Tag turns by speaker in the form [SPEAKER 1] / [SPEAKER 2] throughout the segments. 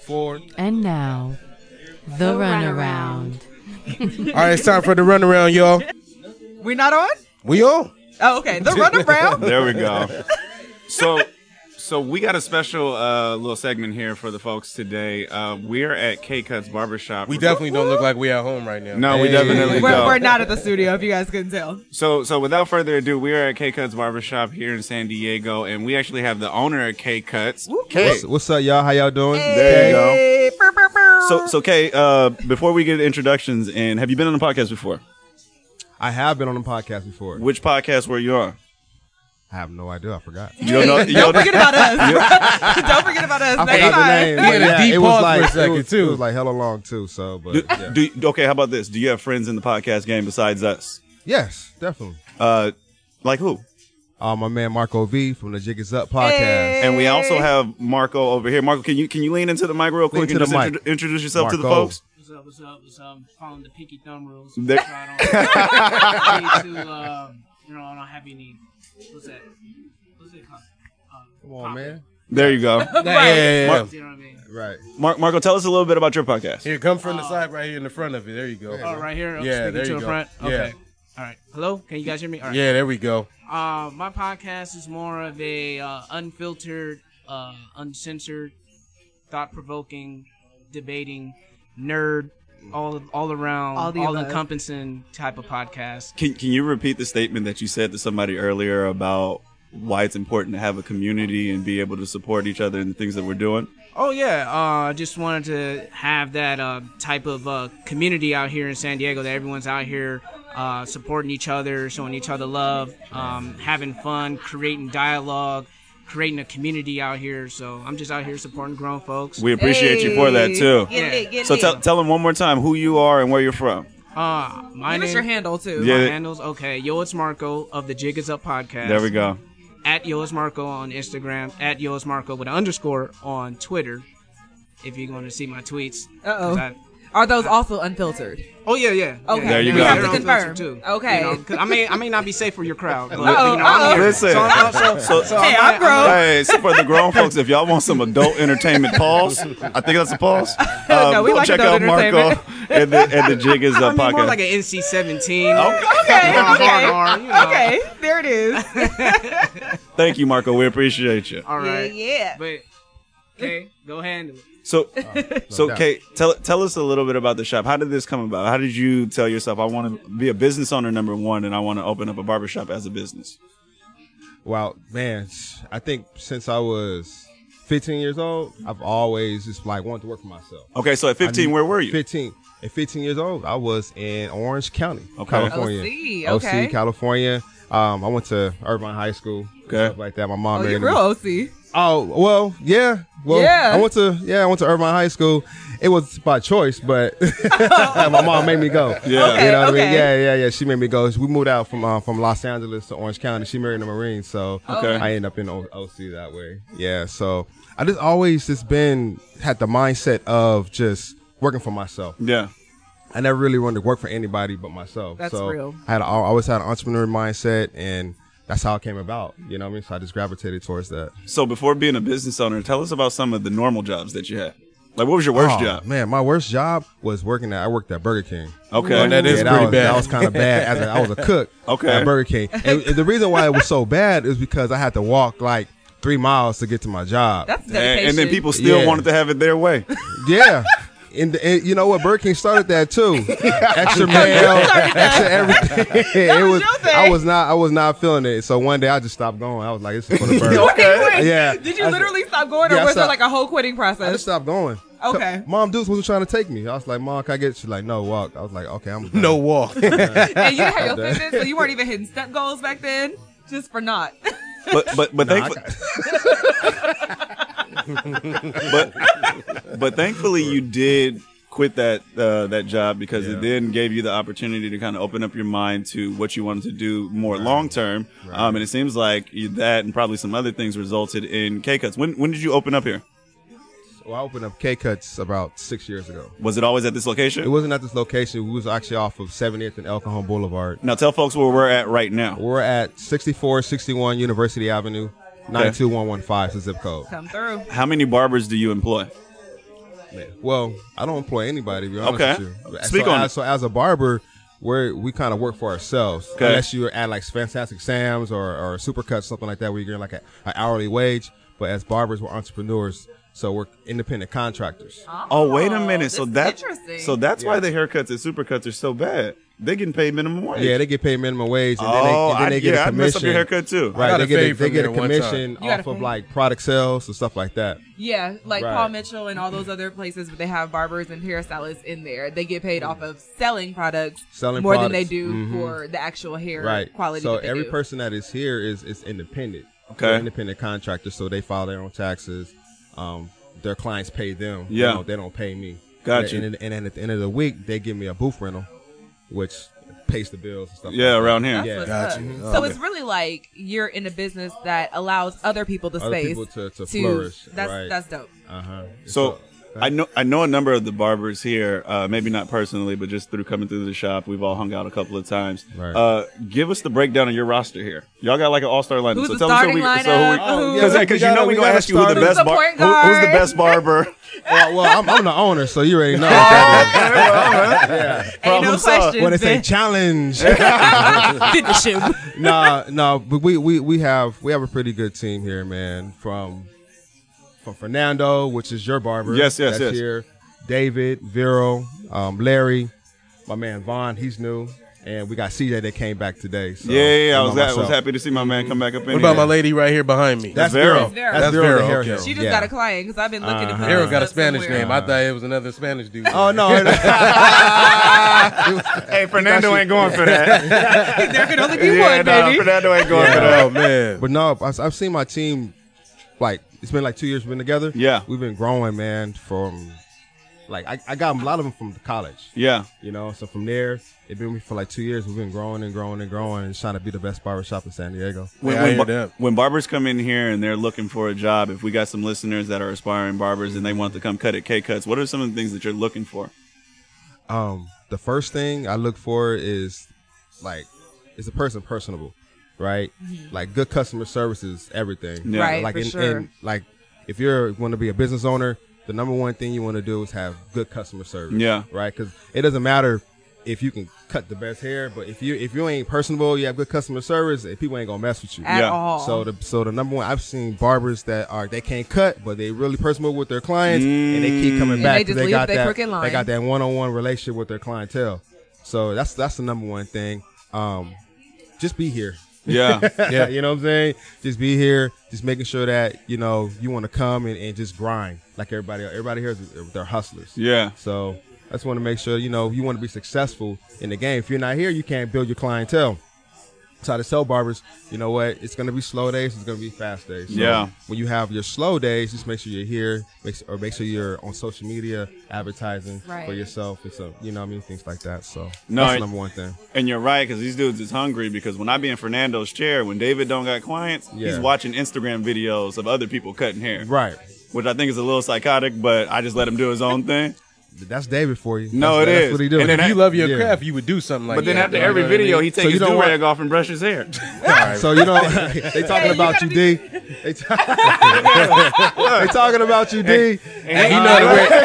[SPEAKER 1] forward.
[SPEAKER 2] And now, the, runaround.
[SPEAKER 1] All right, it's time for the runaround, y'all.
[SPEAKER 3] We're not on?
[SPEAKER 1] We on?
[SPEAKER 3] Oh, okay. The runaround.
[SPEAKER 4] There we go. So, so we got a special uh, little segment here for the folks today. Uh, we're at K Cuts Barbershop.
[SPEAKER 1] We definitely don't look like we at home right now.
[SPEAKER 4] No, we definitely
[SPEAKER 3] we're,
[SPEAKER 4] don't. go.
[SPEAKER 3] we're not at the studio, if you guys couldn't tell.
[SPEAKER 4] So, so without further ado, we are at K Cuts Barbershop here in San Diego, and we actually have the owner of K Cuts.
[SPEAKER 5] What's, what's up, y'all? How y'all doing?
[SPEAKER 4] There you go.
[SPEAKER 3] Hey, brr, brr, brr.
[SPEAKER 6] So, so Kay, uh, before we get introductions, and have you been on a podcast before?
[SPEAKER 5] I have been on the podcast before.
[SPEAKER 6] Which podcast were you on?
[SPEAKER 5] I have no idea. I forgot.
[SPEAKER 6] You don't know. You
[SPEAKER 3] don't
[SPEAKER 6] don't
[SPEAKER 3] forget about us. don't forget about us.
[SPEAKER 5] I
[SPEAKER 3] Next
[SPEAKER 5] forgot the
[SPEAKER 3] time.
[SPEAKER 5] name.
[SPEAKER 1] You had
[SPEAKER 5] but
[SPEAKER 1] a
[SPEAKER 5] yeah,
[SPEAKER 1] deep
[SPEAKER 5] it was
[SPEAKER 1] pause
[SPEAKER 5] like
[SPEAKER 1] for a
[SPEAKER 5] it
[SPEAKER 1] second,
[SPEAKER 5] was-
[SPEAKER 1] too.
[SPEAKER 5] It was like hella long too. So, but
[SPEAKER 6] do,
[SPEAKER 5] yeah.
[SPEAKER 6] do- okay. How about this? Do you have friends in the podcast game besides us?
[SPEAKER 5] yes, definitely.
[SPEAKER 6] Uh, like who?
[SPEAKER 5] Uh, my man Marco V from the Jig Is Up podcast.
[SPEAKER 3] Hey.
[SPEAKER 6] And we also have Marco over here. Marco, can you can you lean into the mic real quick and
[SPEAKER 5] Lean to
[SPEAKER 6] just
[SPEAKER 5] the
[SPEAKER 6] intro-
[SPEAKER 5] mic.
[SPEAKER 6] introduce yourself to the
[SPEAKER 5] Marco.
[SPEAKER 6] folks?
[SPEAKER 7] What's up? What's up? What's up? I'm following the pinky thumb rules.
[SPEAKER 6] There-
[SPEAKER 7] So I don't need to, um, you know, I don't have any. What's that? What's it called? Um,
[SPEAKER 5] Come on, man.
[SPEAKER 6] There you go.
[SPEAKER 1] Yeah, yeah, yeah.
[SPEAKER 7] You know what I mean?
[SPEAKER 5] Right.
[SPEAKER 6] Mar- Marco, tell us a little bit about your podcast.
[SPEAKER 1] Here, come from the side right here in the front of you. There you go.
[SPEAKER 7] Oh, right here. I'm
[SPEAKER 1] Yeah,
[SPEAKER 7] speaking
[SPEAKER 1] there
[SPEAKER 7] to
[SPEAKER 1] you
[SPEAKER 7] the
[SPEAKER 1] go.
[SPEAKER 7] front.
[SPEAKER 1] Yeah.
[SPEAKER 7] Okay. All right. Hello. Can you guys hear me? All right.
[SPEAKER 1] Yeah, there we go.
[SPEAKER 7] Uh, my podcast is more of a uh, unfiltered, uh, uncensored, thought-provoking, debating, nerd, all all around,
[SPEAKER 3] All the above.
[SPEAKER 7] encompassing type of podcast.
[SPEAKER 6] Can Can you repeat the statement that you said to somebody earlier about why it's important to have a community and be able to support each other in the things that we're doing?
[SPEAKER 7] Oh yeah, uh, I just wanted to have that uh, type of uh, community out here in San Diego that everyone's out here uh, supporting each other, showing each other love, um, having fun, creating dialogue, creating a community out here. So I'm just out here supporting grown folks.
[SPEAKER 6] We appreciate you for that
[SPEAKER 3] Hey.
[SPEAKER 6] too.
[SPEAKER 3] Get it, get
[SPEAKER 6] So
[SPEAKER 3] it.
[SPEAKER 6] tell tell them one more time who you are and where you're from.
[SPEAKER 7] Uh, my
[SPEAKER 3] Give us
[SPEAKER 7] name,
[SPEAKER 3] your handle, too.
[SPEAKER 6] Yeah.
[SPEAKER 7] my handles. Okay, yo, it's Marco of the Jig Is Up podcast.
[SPEAKER 6] There we go.
[SPEAKER 7] At yo, it's Marco on Instagram. At yo, it's Marco with an underscore on Twitter. If you want to see my tweets.
[SPEAKER 3] Uh oh.
[SPEAKER 7] 'Cause I-
[SPEAKER 3] Are those also unfiltered?
[SPEAKER 7] Oh yeah, yeah.
[SPEAKER 3] Okay.
[SPEAKER 7] yeah,
[SPEAKER 6] There you
[SPEAKER 7] yeah,
[SPEAKER 6] go.
[SPEAKER 7] yeah,
[SPEAKER 6] Have to
[SPEAKER 7] they're on
[SPEAKER 3] confirm.
[SPEAKER 7] filter, too.
[SPEAKER 3] Okay.
[SPEAKER 7] You know, 'cause I may I may not be safe for your crowd. But,
[SPEAKER 3] Uh-oh,
[SPEAKER 7] you know, I'm
[SPEAKER 3] uh-oh.
[SPEAKER 7] here.
[SPEAKER 6] Listen.
[SPEAKER 7] So I'm- so-
[SPEAKER 6] So, so
[SPEAKER 3] Hey, I'm grown.
[SPEAKER 6] Hey, so for the grown folks, if y'all want some adult entertainment, pause. I think that's a pause. Uh,
[SPEAKER 3] No, we
[SPEAKER 6] go
[SPEAKER 3] like
[SPEAKER 6] check
[SPEAKER 3] adult
[SPEAKER 6] out Marco and the, and the Jig is
[SPEAKER 7] I
[SPEAKER 6] Up
[SPEAKER 7] mean, more
[SPEAKER 6] podcast. Oh.
[SPEAKER 7] like an NC-17.
[SPEAKER 3] Okay,
[SPEAKER 7] Hard
[SPEAKER 3] okay.
[SPEAKER 7] R, you know.
[SPEAKER 3] Okay, there it is.
[SPEAKER 6] Thank you, Marco. We appreciate you.
[SPEAKER 7] All right.
[SPEAKER 3] Yeah,
[SPEAKER 7] But okay, go handle it.
[SPEAKER 6] So, so
[SPEAKER 5] Uh, doubt.
[SPEAKER 6] Kate, tell tell us a little bit about the shop. How did this come about? How did you tell yourself I want to be a business owner number one, and I want to open up a barbershop as a business?
[SPEAKER 5] Wow, man. I think since I was 15 years old, I've always just like wanted to work for myself.
[SPEAKER 6] Okay, so at 15, where were you?
[SPEAKER 5] 15. At 15 years old, I was in Orange County,
[SPEAKER 6] Okay.
[SPEAKER 5] California.
[SPEAKER 3] OC, Oh, okay.
[SPEAKER 5] OC, California. Um, I went to Irvine High School,
[SPEAKER 6] Okay.
[SPEAKER 5] stuff like that. My mom
[SPEAKER 3] Oh,
[SPEAKER 5] married
[SPEAKER 3] you're
[SPEAKER 5] into-
[SPEAKER 3] real OC.
[SPEAKER 5] Oh well, yeah. Well,
[SPEAKER 3] Yeah.
[SPEAKER 5] I went to yeah, I went to Irvine High School. It was by choice, but my mom made me go.
[SPEAKER 6] Yeah. Okay,
[SPEAKER 5] you know what I
[SPEAKER 3] okay.
[SPEAKER 5] mean. Yeah, yeah, yeah. She made me go. We moved out from uh, from Los Angeles to Orange County. She married a Marine, so
[SPEAKER 6] Okay.
[SPEAKER 5] I ended up in o- OC that way. Yeah, so I just always just been had the mindset of just working for myself.
[SPEAKER 6] yeah.
[SPEAKER 5] I never really wanted to work for anybody but myself.
[SPEAKER 3] That's
[SPEAKER 5] so
[SPEAKER 3] real.
[SPEAKER 5] I had I always had an entrepreneur mindset, and that's how it came about. You know what I mean? So I just gravitated towards that.
[SPEAKER 6] So before being a business owner, tell us about some of the normal jobs that you had. Like, what was your worst
[SPEAKER 5] Oh,
[SPEAKER 6] job?
[SPEAKER 5] Man, my worst job was working at I worked at Burger King.
[SPEAKER 6] Okay.
[SPEAKER 1] Oh, that is
[SPEAKER 5] Yeah, that
[SPEAKER 1] pretty
[SPEAKER 5] was,
[SPEAKER 1] bad.
[SPEAKER 5] That was kind of bad. As a, I was a cook
[SPEAKER 6] Okay.
[SPEAKER 5] at Burger King, and the reason why it was so bad is because I had to walk like three miles to get to my job.
[SPEAKER 3] That's
[SPEAKER 6] and,
[SPEAKER 3] dedication.
[SPEAKER 6] and then people still
[SPEAKER 5] Yeah.
[SPEAKER 6] wanted to have it their way.
[SPEAKER 5] yeah. And, and you know what? Burger King started that too. Extra mayo, extra everything. it
[SPEAKER 3] was
[SPEAKER 5] was.
[SPEAKER 3] your thing.
[SPEAKER 5] I was not. I was not feeling it. So one day I just stopped going. I was like, "This is for the burger."
[SPEAKER 3] Wait, wait.
[SPEAKER 5] Yeah.
[SPEAKER 3] Did you literally stop going, or
[SPEAKER 5] Yeah, I
[SPEAKER 3] was there like
[SPEAKER 5] stopped.
[SPEAKER 3] a whole quitting
[SPEAKER 5] I just
[SPEAKER 3] process?
[SPEAKER 5] stopped going.
[SPEAKER 3] Okay.
[SPEAKER 5] Mom, dudes wasn't trying to take me. I was like, "Mom, can I get?" She's like, "No, walk." I was like, "Okay, I'm done."
[SPEAKER 1] No walk.
[SPEAKER 3] and you didn't have your fitness, so you weren't even hitting step goals back then, just for not.
[SPEAKER 6] But but but,
[SPEAKER 5] Nah, I
[SPEAKER 6] thankful-
[SPEAKER 5] got-
[SPEAKER 6] but but thankfully you did quit that uh, that job because it then gave you the opportunity to kind of open up your mind to what you wanted to do more long term. Um, and it seems like you- that and probably some other things resulted in K cuts. When when did you open up here?
[SPEAKER 5] Well, I opened up K Cuts about six years ago.
[SPEAKER 6] Was it always at this
[SPEAKER 5] It
[SPEAKER 6] location?
[SPEAKER 5] wasn't at this location. We was actually off of 70th and El Cajon Boulevard.
[SPEAKER 6] Now tell folks where we're at right now.
[SPEAKER 5] We're at 6461 University Avenue, 92115 is the zip code.
[SPEAKER 3] Come through.
[SPEAKER 6] How many barbers do you employ?
[SPEAKER 5] Well, I don't employ anybody. To be honest
[SPEAKER 6] Okay.
[SPEAKER 5] with you.
[SPEAKER 6] Speak
[SPEAKER 5] so,
[SPEAKER 6] on
[SPEAKER 5] as,
[SPEAKER 6] it.
[SPEAKER 5] So as a barber, we're, we kind of work for ourselves.
[SPEAKER 6] Okay.
[SPEAKER 5] Unless you're at like Fantastic Sam's or or Supercuts, something like that, where you're getting like a, an hourly wage. But as barbers, we're entrepreneurs, so we're independent contractors.
[SPEAKER 6] Oh, wait a minute.
[SPEAKER 3] this
[SPEAKER 6] So
[SPEAKER 3] is
[SPEAKER 6] that's
[SPEAKER 3] interesting.
[SPEAKER 6] so that's why the haircuts at Supercuts are so bad. They getting paid minimum wage.
[SPEAKER 5] Yeah, they get paid minimum wage, and then they,
[SPEAKER 6] oh,
[SPEAKER 5] and then
[SPEAKER 6] I,
[SPEAKER 5] they get
[SPEAKER 6] yeah,
[SPEAKER 5] a
[SPEAKER 6] I messed up
[SPEAKER 5] commission.
[SPEAKER 6] your haircut too.
[SPEAKER 5] Right,
[SPEAKER 1] got
[SPEAKER 5] they
[SPEAKER 1] a
[SPEAKER 5] get a,
[SPEAKER 1] fade
[SPEAKER 5] they
[SPEAKER 1] from
[SPEAKER 5] get a
[SPEAKER 1] there one time.
[SPEAKER 5] commission
[SPEAKER 3] You got a
[SPEAKER 5] off of
[SPEAKER 3] fade?
[SPEAKER 5] like product sales and stuff like that.
[SPEAKER 3] Yeah, like
[SPEAKER 5] Right.
[SPEAKER 3] Paul Mitchell and all those other places where they have barbers and hairstylists in there. They get paid off of selling products
[SPEAKER 5] Selling
[SPEAKER 3] more than
[SPEAKER 5] products.
[SPEAKER 3] they do
[SPEAKER 5] Mhm.
[SPEAKER 3] for the actual hair
[SPEAKER 5] right
[SPEAKER 3] quality.
[SPEAKER 5] so
[SPEAKER 3] that they
[SPEAKER 5] every
[SPEAKER 3] do.
[SPEAKER 5] person that is here is is independent
[SPEAKER 6] Okay.
[SPEAKER 5] They're independent contractors so they file their own taxes um their clients pay them They
[SPEAKER 6] Yeah.
[SPEAKER 5] don't- they don't pay me
[SPEAKER 6] Gotcha.
[SPEAKER 5] and, and, and at the end of the week they give me a booth rental which pays the bills and stuff
[SPEAKER 6] Yeah,
[SPEAKER 5] like that.
[SPEAKER 6] around here.
[SPEAKER 3] That's
[SPEAKER 5] yeah.
[SPEAKER 3] what's
[SPEAKER 1] Gotcha.
[SPEAKER 3] up.
[SPEAKER 1] Mhm.
[SPEAKER 3] So
[SPEAKER 1] Oh,
[SPEAKER 3] it's really like you're in a business that allows other people the
[SPEAKER 5] Other
[SPEAKER 3] space
[SPEAKER 5] people to- to flourish,
[SPEAKER 3] That's
[SPEAKER 5] right.
[SPEAKER 3] that's dope.
[SPEAKER 5] uh-huh
[SPEAKER 6] So I know I know a number of the barbers here. Uh, maybe not personally, but just through coming through the shop, we've all hung out a couple of times.
[SPEAKER 5] Right.
[SPEAKER 6] Uh, give us the breakdown of your roster here. Y'all got like an all star lineup.
[SPEAKER 3] Who's
[SPEAKER 6] so
[SPEAKER 3] the
[SPEAKER 6] tell us who
[SPEAKER 3] starting
[SPEAKER 6] we. Oh,
[SPEAKER 3] lineup?
[SPEAKER 6] So who
[SPEAKER 3] Who-
[SPEAKER 6] because
[SPEAKER 1] yeah, we
[SPEAKER 6] because you
[SPEAKER 1] got
[SPEAKER 6] know
[SPEAKER 1] a-
[SPEAKER 6] we
[SPEAKER 1] we
[SPEAKER 6] gonna
[SPEAKER 1] got a
[SPEAKER 6] ask you who the
[SPEAKER 1] starter.
[SPEAKER 6] best
[SPEAKER 3] Who's the
[SPEAKER 6] bar-
[SPEAKER 3] point
[SPEAKER 6] who- who's the
[SPEAKER 3] guard?
[SPEAKER 6] best barber.
[SPEAKER 5] well, well I'm, I'm the owner so you already know yeah.
[SPEAKER 3] Ain't no
[SPEAKER 6] Problem solved.
[SPEAKER 3] question.
[SPEAKER 5] when they say challenge
[SPEAKER 3] finish him.
[SPEAKER 5] nah, nah, but we, we we have we have a pretty good team here, man. From from Fernando, which is your barber.
[SPEAKER 6] Yes, yes,
[SPEAKER 5] that's
[SPEAKER 6] yes.
[SPEAKER 5] Here, David, Vero, um, Larry, my man Vaughn, he's new, and we got CJ that came back today. So,
[SPEAKER 6] Yeah, yeah, yeah. I
[SPEAKER 5] and
[SPEAKER 6] was
[SPEAKER 5] by
[SPEAKER 6] I was
[SPEAKER 5] myself.
[SPEAKER 6] happy to see my man come back up in
[SPEAKER 1] What about my
[SPEAKER 6] here.
[SPEAKER 1] lady right here behind me?
[SPEAKER 5] That's
[SPEAKER 6] Vero.
[SPEAKER 5] Vero.
[SPEAKER 3] Vero.
[SPEAKER 5] That's
[SPEAKER 1] That's
[SPEAKER 5] Vero. the
[SPEAKER 1] Vero,
[SPEAKER 5] hair
[SPEAKER 1] okay.
[SPEAKER 5] hair.
[SPEAKER 3] She just
[SPEAKER 5] Yeah.
[SPEAKER 3] got a client because I've been looking to put
[SPEAKER 1] Arrow
[SPEAKER 3] this
[SPEAKER 1] Uh-huh. got a
[SPEAKER 3] up
[SPEAKER 1] Spanish
[SPEAKER 3] somewhere.
[SPEAKER 1] name. I thought it was another Spanish dude.
[SPEAKER 5] Oh no! it-
[SPEAKER 4] Hey, Fernando ain't going for that.
[SPEAKER 3] there could only be one,
[SPEAKER 4] nah,
[SPEAKER 3] baby.
[SPEAKER 4] Fernando ain't going for that.
[SPEAKER 1] oh man.
[SPEAKER 5] But no, I- I've seen my team. Like it's been like two years we've been together.
[SPEAKER 6] Yeah.
[SPEAKER 5] we've been growing, man. From like I, I got a lot of them from college.
[SPEAKER 6] Yeah.
[SPEAKER 5] You know, so from there, it's been for like two years. We've been growing and growing and growing and trying to be the best barbershop in San Diego.
[SPEAKER 6] when,
[SPEAKER 1] Yeah, I
[SPEAKER 6] when,
[SPEAKER 1] hear
[SPEAKER 6] bar-
[SPEAKER 1] that.
[SPEAKER 6] when barbers come in here and they're looking for a job, if we got some listeners that are aspiring barbers and they want to come cut at K Cuts, what are some of the things that you're looking for?
[SPEAKER 5] Um, the first thing I look for is like, is the person personable, right? Like good customer service is everything.
[SPEAKER 6] Yeah.
[SPEAKER 3] Mm-hmm. Right,
[SPEAKER 5] like
[SPEAKER 3] for
[SPEAKER 5] in,
[SPEAKER 3] sure.
[SPEAKER 5] in- like if you're want to be a business owner, the number one thing you want to do is have good customer service.
[SPEAKER 6] Yeah.
[SPEAKER 5] right? Because it doesn't matter if you can cut the best hair, but if you if you ain't personable, you have good customer service, and people ain't gonna mess with you.
[SPEAKER 3] At
[SPEAKER 6] Yeah.
[SPEAKER 3] all.
[SPEAKER 5] So the so the number one, I've seen barbers that are they can't cut, but they really personal with their clients, and they keep coming
[SPEAKER 3] Mm. And
[SPEAKER 5] back.
[SPEAKER 3] they
[SPEAKER 5] 'cause
[SPEAKER 3] just leave
[SPEAKER 5] got
[SPEAKER 3] their
[SPEAKER 5] that
[SPEAKER 3] crooked line.
[SPEAKER 5] they got that one on one relationship with their clientele. So that's that's the number one thing. Um, just be here.
[SPEAKER 6] Yeah.
[SPEAKER 5] Yeah, you know what I'm saying. Just be here. Just making sure that you know you want to come and, and just grind like everybody. else. Everybody here is they're hustlers.
[SPEAKER 6] yeah.
[SPEAKER 5] So I just want to make sure you know you want to be successful in the game. If you're not here, you can't build your clientele. So I just tell barbers, you know what? It's gonna be slow days. It's gonna be fast days. So
[SPEAKER 6] Yeah.
[SPEAKER 5] When you have your slow days, just make sure you're here, make, s- or make sure you're on social media advertising
[SPEAKER 3] Right.
[SPEAKER 5] for yourself. It's a, you know, what I mean, things like that. So
[SPEAKER 6] No,
[SPEAKER 5] that's
[SPEAKER 6] it-
[SPEAKER 5] the number one thing.
[SPEAKER 6] And you're right, because these dudes is hungry. Because when I be in Fernando's chair, when David don't got clients, he's
[SPEAKER 5] Yeah.
[SPEAKER 6] watching Instagram videos of other people cutting hair,
[SPEAKER 5] Right.
[SPEAKER 6] which I think is a little psychotic. But I just let him do his own thing.
[SPEAKER 5] That's David for you.
[SPEAKER 6] No,
[SPEAKER 5] that's,
[SPEAKER 6] it
[SPEAKER 5] that's
[SPEAKER 6] is.
[SPEAKER 5] What he doing.
[SPEAKER 6] And then
[SPEAKER 1] If you love your
[SPEAKER 5] Yeah.
[SPEAKER 1] craft, you would do something like
[SPEAKER 6] But
[SPEAKER 1] that.
[SPEAKER 6] then after
[SPEAKER 1] You know
[SPEAKER 6] every
[SPEAKER 1] what I mean?
[SPEAKER 6] video, he takes
[SPEAKER 5] So you
[SPEAKER 6] his
[SPEAKER 5] don't
[SPEAKER 6] do
[SPEAKER 5] want-
[SPEAKER 6] rag off and brush his hair.
[SPEAKER 5] So you know they talking about you, D. They, ta- they talking about you, D.
[SPEAKER 1] And he know how to wear.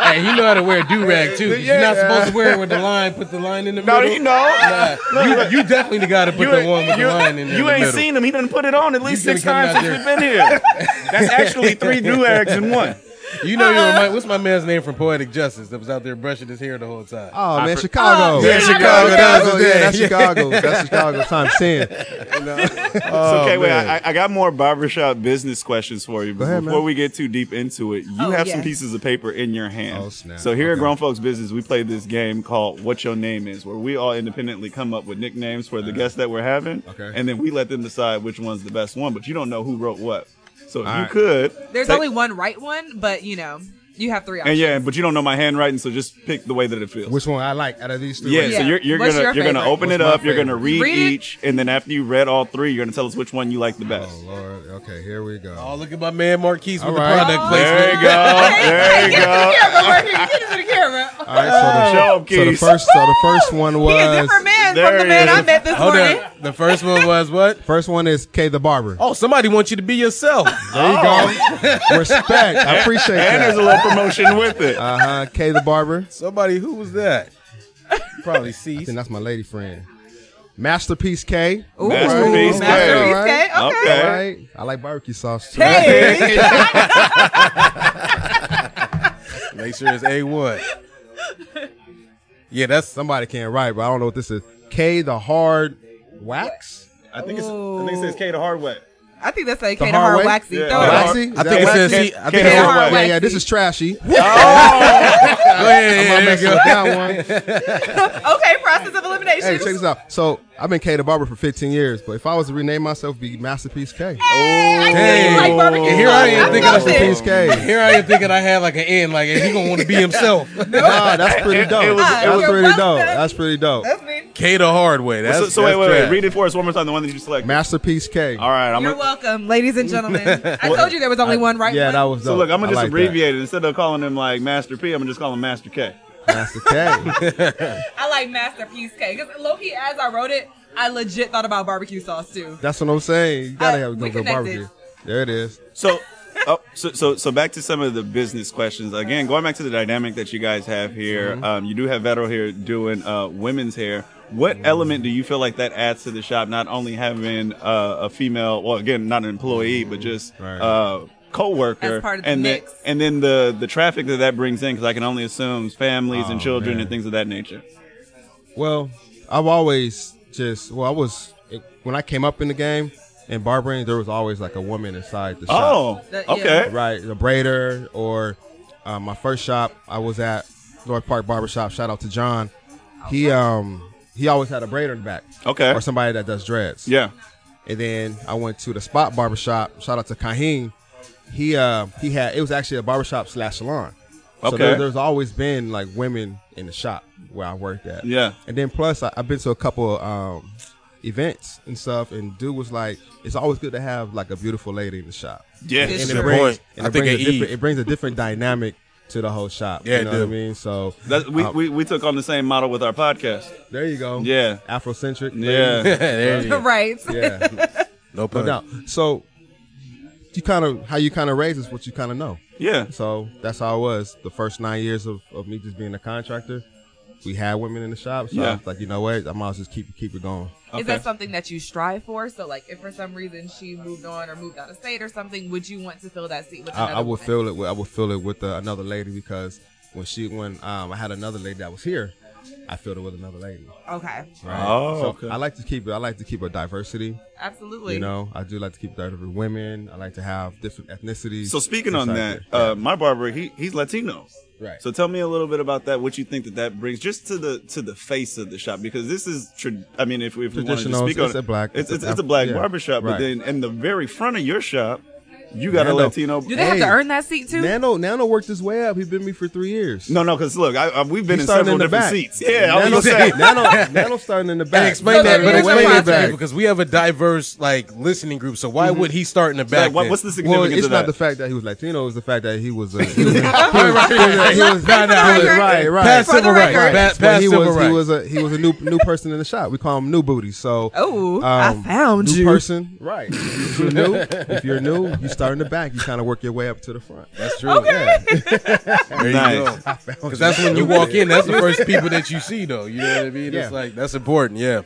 [SPEAKER 1] and he know how to wear do rag too. 'cause You're not supposed to wear it with the line. Put the line in the middle.
[SPEAKER 6] you know.
[SPEAKER 1] Nah, you, you definitely got to put the one with
[SPEAKER 6] you,
[SPEAKER 1] the line in there.
[SPEAKER 6] you
[SPEAKER 1] in the
[SPEAKER 6] ain't
[SPEAKER 1] middle.
[SPEAKER 6] seen him. He done put it on at least
[SPEAKER 1] You
[SPEAKER 6] six
[SPEAKER 1] should've
[SPEAKER 6] times since we've
[SPEAKER 1] come
[SPEAKER 6] been here. That's actually three do rags in one.
[SPEAKER 1] You know, you remind, what's my man's name from Poetic Justice that was out there brushing his hair the whole time?
[SPEAKER 5] Oh man, Chicago.
[SPEAKER 1] yeah, Chicago, that was the
[SPEAKER 5] yeah,
[SPEAKER 1] day.
[SPEAKER 5] that's Chicago. That's Chicago times ten.
[SPEAKER 6] It's
[SPEAKER 5] Oh,
[SPEAKER 6] okay, wait.
[SPEAKER 1] man.
[SPEAKER 6] I, I got more barbershop business questions for you. But
[SPEAKER 5] ahead,
[SPEAKER 6] before
[SPEAKER 5] man.
[SPEAKER 6] we get too deep into it, you
[SPEAKER 3] Oh,
[SPEAKER 6] have
[SPEAKER 3] yeah.
[SPEAKER 6] some pieces of paper in your hand.
[SPEAKER 5] Oh, snap.
[SPEAKER 6] So here at
[SPEAKER 5] Okay.
[SPEAKER 6] Grown Folks Business, we play this game called What Your Name Is, where we all independently come up with nicknames for the guests that we're having.
[SPEAKER 5] Okay.
[SPEAKER 6] And then we let them decide which one's the best one, but you don't know who wrote what. So if
[SPEAKER 5] All
[SPEAKER 6] you
[SPEAKER 5] right.
[SPEAKER 6] could.
[SPEAKER 3] There's
[SPEAKER 6] take-
[SPEAKER 3] only one right one, but you know, you have three
[SPEAKER 6] And
[SPEAKER 3] options.
[SPEAKER 6] yeah, but you don't know my handwriting, so just pick the way that it feels.
[SPEAKER 5] Which one I like out of these three?
[SPEAKER 6] Yeah,
[SPEAKER 3] Yeah.
[SPEAKER 6] so you're, you're
[SPEAKER 3] What's
[SPEAKER 6] gonna
[SPEAKER 3] your
[SPEAKER 6] you're gonna
[SPEAKER 3] favorite?
[SPEAKER 6] open it
[SPEAKER 5] What's my
[SPEAKER 6] up. You're gonna
[SPEAKER 5] favorite?
[SPEAKER 6] read,
[SPEAKER 3] Read it.
[SPEAKER 6] each, and then after you read all three, you're gonna tell us which one you like the best.
[SPEAKER 5] Oh Lord. Okay, here we go.
[SPEAKER 1] Oh, look at my man Marquise with
[SPEAKER 5] All right.
[SPEAKER 1] the product
[SPEAKER 6] There
[SPEAKER 1] placement.
[SPEAKER 6] you go. There
[SPEAKER 3] Hey,
[SPEAKER 6] you
[SPEAKER 3] get
[SPEAKER 6] go.
[SPEAKER 3] it to the camera, Marquis. Get it to the camera.
[SPEAKER 5] All right, so the, so the first, so the first one
[SPEAKER 3] He is
[SPEAKER 5] was
[SPEAKER 3] different man
[SPEAKER 6] There
[SPEAKER 3] from the
[SPEAKER 6] he
[SPEAKER 3] man
[SPEAKER 6] is.
[SPEAKER 3] I met this
[SPEAKER 1] Hold
[SPEAKER 3] morning.
[SPEAKER 1] on. The first one was what?
[SPEAKER 5] first one is K the barber.
[SPEAKER 1] Oh, somebody wants you to be yourself.
[SPEAKER 5] There you go. Respect. I appreciate
[SPEAKER 6] And there's a
[SPEAKER 5] that.
[SPEAKER 6] little promotion with it.
[SPEAKER 5] Uh huh. K the barber.
[SPEAKER 1] Somebody who was that? Probably
[SPEAKER 5] I
[SPEAKER 1] Cease.
[SPEAKER 5] think that's my lady friend. Masterpiece K.
[SPEAKER 3] Ooh.
[SPEAKER 6] Masterpiece
[SPEAKER 3] Masterpiece
[SPEAKER 6] K.
[SPEAKER 3] K.
[SPEAKER 5] Alright.
[SPEAKER 3] Okay.
[SPEAKER 5] All
[SPEAKER 6] Okay.
[SPEAKER 5] right. I like barbecue sauce too.
[SPEAKER 3] Hey.
[SPEAKER 1] Make sure it's A1. Yeah, that's
[SPEAKER 5] Somebody can't write, but I don't know what this is. K the hard wax.
[SPEAKER 6] I think it's I think it says K to hard wet.
[SPEAKER 3] I think that's like
[SPEAKER 5] The
[SPEAKER 3] Kate
[SPEAKER 5] hard
[SPEAKER 3] Hard
[SPEAKER 5] way?
[SPEAKER 3] Waxy.
[SPEAKER 6] Yeah.
[SPEAKER 3] Throw
[SPEAKER 6] The
[SPEAKER 3] it
[SPEAKER 6] hard-
[SPEAKER 3] up.
[SPEAKER 5] Waxy? Is
[SPEAKER 6] I
[SPEAKER 5] that
[SPEAKER 6] think it
[SPEAKER 5] what-
[SPEAKER 6] says
[SPEAKER 1] C- I think
[SPEAKER 6] it says
[SPEAKER 3] Hard
[SPEAKER 5] Yeah,
[SPEAKER 3] Waxy.
[SPEAKER 5] yeah. This is trashy.
[SPEAKER 6] Oh,
[SPEAKER 1] Go ahead,
[SPEAKER 5] I'm
[SPEAKER 1] there you
[SPEAKER 5] messing
[SPEAKER 1] go.
[SPEAKER 5] with that one.
[SPEAKER 3] Okay, process of elimination.
[SPEAKER 5] Hey, check this out. So I've been K the barber for 15 years, but if I was to rename myself, it'd be Masterpiece
[SPEAKER 3] Hey,
[SPEAKER 5] K.
[SPEAKER 3] I do like barbecue
[SPEAKER 1] And here I
[SPEAKER 3] sauce.
[SPEAKER 1] am thinking
[SPEAKER 3] love
[SPEAKER 1] of some
[SPEAKER 3] it.
[SPEAKER 5] Masterpiece K.
[SPEAKER 1] Here I am thinking I had like an end, like he gonna want to be himself.
[SPEAKER 5] Nah, that's pretty dope.
[SPEAKER 6] was-
[SPEAKER 3] it was-
[SPEAKER 5] that's pretty
[SPEAKER 3] You're
[SPEAKER 5] dope.
[SPEAKER 3] welcome.
[SPEAKER 5] That's pretty dope.
[SPEAKER 3] That's me.
[SPEAKER 1] K the hard way. That's
[SPEAKER 6] so so wait,
[SPEAKER 1] that's
[SPEAKER 6] wait, wait.
[SPEAKER 1] trash.
[SPEAKER 6] Read it for us one more time. The one that you selected.
[SPEAKER 5] Masterpiece K.
[SPEAKER 6] All right, I'm
[SPEAKER 3] You're
[SPEAKER 6] gonna,
[SPEAKER 3] welcome, ladies and gentlemen. I told you there was only one right
[SPEAKER 5] Yeah,
[SPEAKER 3] one.
[SPEAKER 5] that was dope.
[SPEAKER 6] so look, I'm gonna
[SPEAKER 5] I
[SPEAKER 6] just
[SPEAKER 5] like that.
[SPEAKER 6] abbreviate it instead of calling him like Master P. I'm gonna just call him Master K.
[SPEAKER 5] Master K.
[SPEAKER 3] I like masterpiece K because low key as I wrote it, I legit thought about barbecue sauce too.
[SPEAKER 5] That's what I'm saying. You gotta
[SPEAKER 3] Uh,
[SPEAKER 5] have a
[SPEAKER 3] we
[SPEAKER 5] good barbecue.
[SPEAKER 3] connected.
[SPEAKER 5] There it is.
[SPEAKER 6] So, oh, so, so, so back to some of the business questions. Again, going back to the dynamic that you guys have here.
[SPEAKER 5] Mm-hmm.
[SPEAKER 6] Um, you do have Vettel here doing uh, women's hair. What element do you feel like that adds to the shop? Not only having uh, a female, well, again, not an employee, but just
[SPEAKER 5] Mm-hmm. Right.
[SPEAKER 6] uh, co-worker,
[SPEAKER 3] As part of the
[SPEAKER 6] and
[SPEAKER 3] mix.
[SPEAKER 6] The, and then the the traffic that that brings in, because I can only assume families and children
[SPEAKER 5] Oh, man.
[SPEAKER 6] and things of that nature.
[SPEAKER 5] Well, I've always just well, I was when I came up in the game in barbering, there was always like a woman inside the shop.
[SPEAKER 6] Oh,
[SPEAKER 3] That- yeah.
[SPEAKER 6] okay.
[SPEAKER 5] right, the braider or uh, my first shop I was at North Park Barbershop. Shout out to John. He um he always had a braider in the back
[SPEAKER 6] Okay.
[SPEAKER 5] or somebody that does dreads.
[SPEAKER 6] Yeah.
[SPEAKER 5] And then I went to the spot barbershop. Shout out to Kaheen. He uh he had it was actually a barbershop slash salon. So
[SPEAKER 6] Okay.
[SPEAKER 5] there, there's always been like women in the shop where I worked at.
[SPEAKER 6] Yeah.
[SPEAKER 5] And then plus I, I've been to a couple um events and stuff and dude was like, it's always good to have like a beautiful lady in the shop.
[SPEAKER 6] Yeah.
[SPEAKER 3] It's
[SPEAKER 5] And
[SPEAKER 3] Sure.
[SPEAKER 5] it brings,
[SPEAKER 1] Point.
[SPEAKER 5] and
[SPEAKER 1] I think
[SPEAKER 5] it brings
[SPEAKER 1] it
[SPEAKER 5] a different,
[SPEAKER 1] ease.
[SPEAKER 5] it brings a different dynamic to the whole shop.
[SPEAKER 1] Yeah, it
[SPEAKER 5] you know
[SPEAKER 1] do.
[SPEAKER 5] what I mean? So
[SPEAKER 6] That, we,
[SPEAKER 5] uh,
[SPEAKER 6] we, we took on the same model with our podcast.
[SPEAKER 5] there you go.
[SPEAKER 6] Yeah.
[SPEAKER 5] Afrocentric.
[SPEAKER 6] Yeah.
[SPEAKER 1] there you go.
[SPEAKER 3] right.
[SPEAKER 5] Yeah.
[SPEAKER 1] No
[SPEAKER 5] No
[SPEAKER 1] pun.
[SPEAKER 5] doubt. So you kind of how you kind of raise is what you kind of know.
[SPEAKER 6] Yeah.
[SPEAKER 5] So that's how it was. The first nine years of, of me just being a contractor, we had women in the shop. So I
[SPEAKER 6] Yeah.
[SPEAKER 5] was like, you know what? I might as well just keep keep it going.
[SPEAKER 3] Is
[SPEAKER 6] Okay.
[SPEAKER 3] that something that you strive for? So like, if for some reason she moved on or moved out of state or something, would you want to fill that seat with
[SPEAKER 5] I,
[SPEAKER 3] another
[SPEAKER 5] I would
[SPEAKER 3] woman?
[SPEAKER 5] feel it. With, I would feel it with uh, another lady because when she when um, I had another lady that was here, I filled it with another lady.
[SPEAKER 3] Okay,
[SPEAKER 5] Right.
[SPEAKER 6] Oh,
[SPEAKER 5] So
[SPEAKER 6] okay.
[SPEAKER 5] I like to keep it. I like to keep a diversity.
[SPEAKER 3] absolutely.
[SPEAKER 5] You know, I do like to keep diverse women. I like to have different ethnicities.
[SPEAKER 6] So speaking on
[SPEAKER 5] inside
[SPEAKER 6] that,
[SPEAKER 5] there.
[SPEAKER 6] uh, my barber he he's Latino.
[SPEAKER 5] Right.
[SPEAKER 6] So tell me a little bit about that. What you think that that brings, just to the to the face of the shop, because this is, trad I mean, if, if we wanted to
[SPEAKER 5] Traditional,
[SPEAKER 6] speak on
[SPEAKER 5] it's
[SPEAKER 6] it,
[SPEAKER 5] a black-
[SPEAKER 6] it's, it's,
[SPEAKER 5] it's a-
[SPEAKER 6] it's a black
[SPEAKER 5] yeah.
[SPEAKER 6] barber shop. But
[SPEAKER 5] Right.
[SPEAKER 6] then in the very front of your shop, you got a
[SPEAKER 5] Nando.
[SPEAKER 6] Latino.
[SPEAKER 3] Do they have to
[SPEAKER 5] Hey.
[SPEAKER 3] earn that seat too?
[SPEAKER 5] Nano Nano worked his way up. He's been me for three years.
[SPEAKER 6] no, no, because look, I, I, we've been
[SPEAKER 5] He
[SPEAKER 6] in
[SPEAKER 5] started
[SPEAKER 6] several
[SPEAKER 5] in the
[SPEAKER 6] different
[SPEAKER 5] back.
[SPEAKER 6] seats. Yeah, I
[SPEAKER 5] Nano,
[SPEAKER 6] was gonna say.
[SPEAKER 5] Nano, Nano starting in the back.
[SPEAKER 1] And explain
[SPEAKER 3] So
[SPEAKER 1] that,
[SPEAKER 3] there
[SPEAKER 1] but
[SPEAKER 3] is a
[SPEAKER 1] explain that to
[SPEAKER 3] process.
[SPEAKER 1] people because we have a diverse like listening group. So why would he start in the back?
[SPEAKER 6] Like, what-
[SPEAKER 1] then?
[SPEAKER 6] what's the significance
[SPEAKER 5] Well, it's
[SPEAKER 6] of
[SPEAKER 5] not
[SPEAKER 6] that?
[SPEAKER 5] the fact that he was Latino; it's the fact that he was. A, he was, a, he was,
[SPEAKER 1] right,
[SPEAKER 5] he was-
[SPEAKER 1] Nah, nah,
[SPEAKER 3] For the
[SPEAKER 1] nah.
[SPEAKER 3] record.
[SPEAKER 5] right, right.
[SPEAKER 1] Past
[SPEAKER 3] For the
[SPEAKER 1] civil rights.
[SPEAKER 3] record.
[SPEAKER 1] Past,
[SPEAKER 5] But
[SPEAKER 1] past
[SPEAKER 5] he
[SPEAKER 1] civil
[SPEAKER 5] was he
[SPEAKER 1] rights.
[SPEAKER 5] was a he was a new new person in the shop. We call him New Booty. So
[SPEAKER 3] Oh,
[SPEAKER 5] Um,
[SPEAKER 3] I found
[SPEAKER 5] new
[SPEAKER 3] you.
[SPEAKER 5] person, right? If you're new, if you're new, you start in the back. You kind of work your way up to the front.
[SPEAKER 1] That's true. Okay.
[SPEAKER 6] Nice.
[SPEAKER 1] Because that's when you walk in. That's the first people that you see, though. You know what I mean?
[SPEAKER 5] Yeah.
[SPEAKER 1] It's like that's important. Yeah.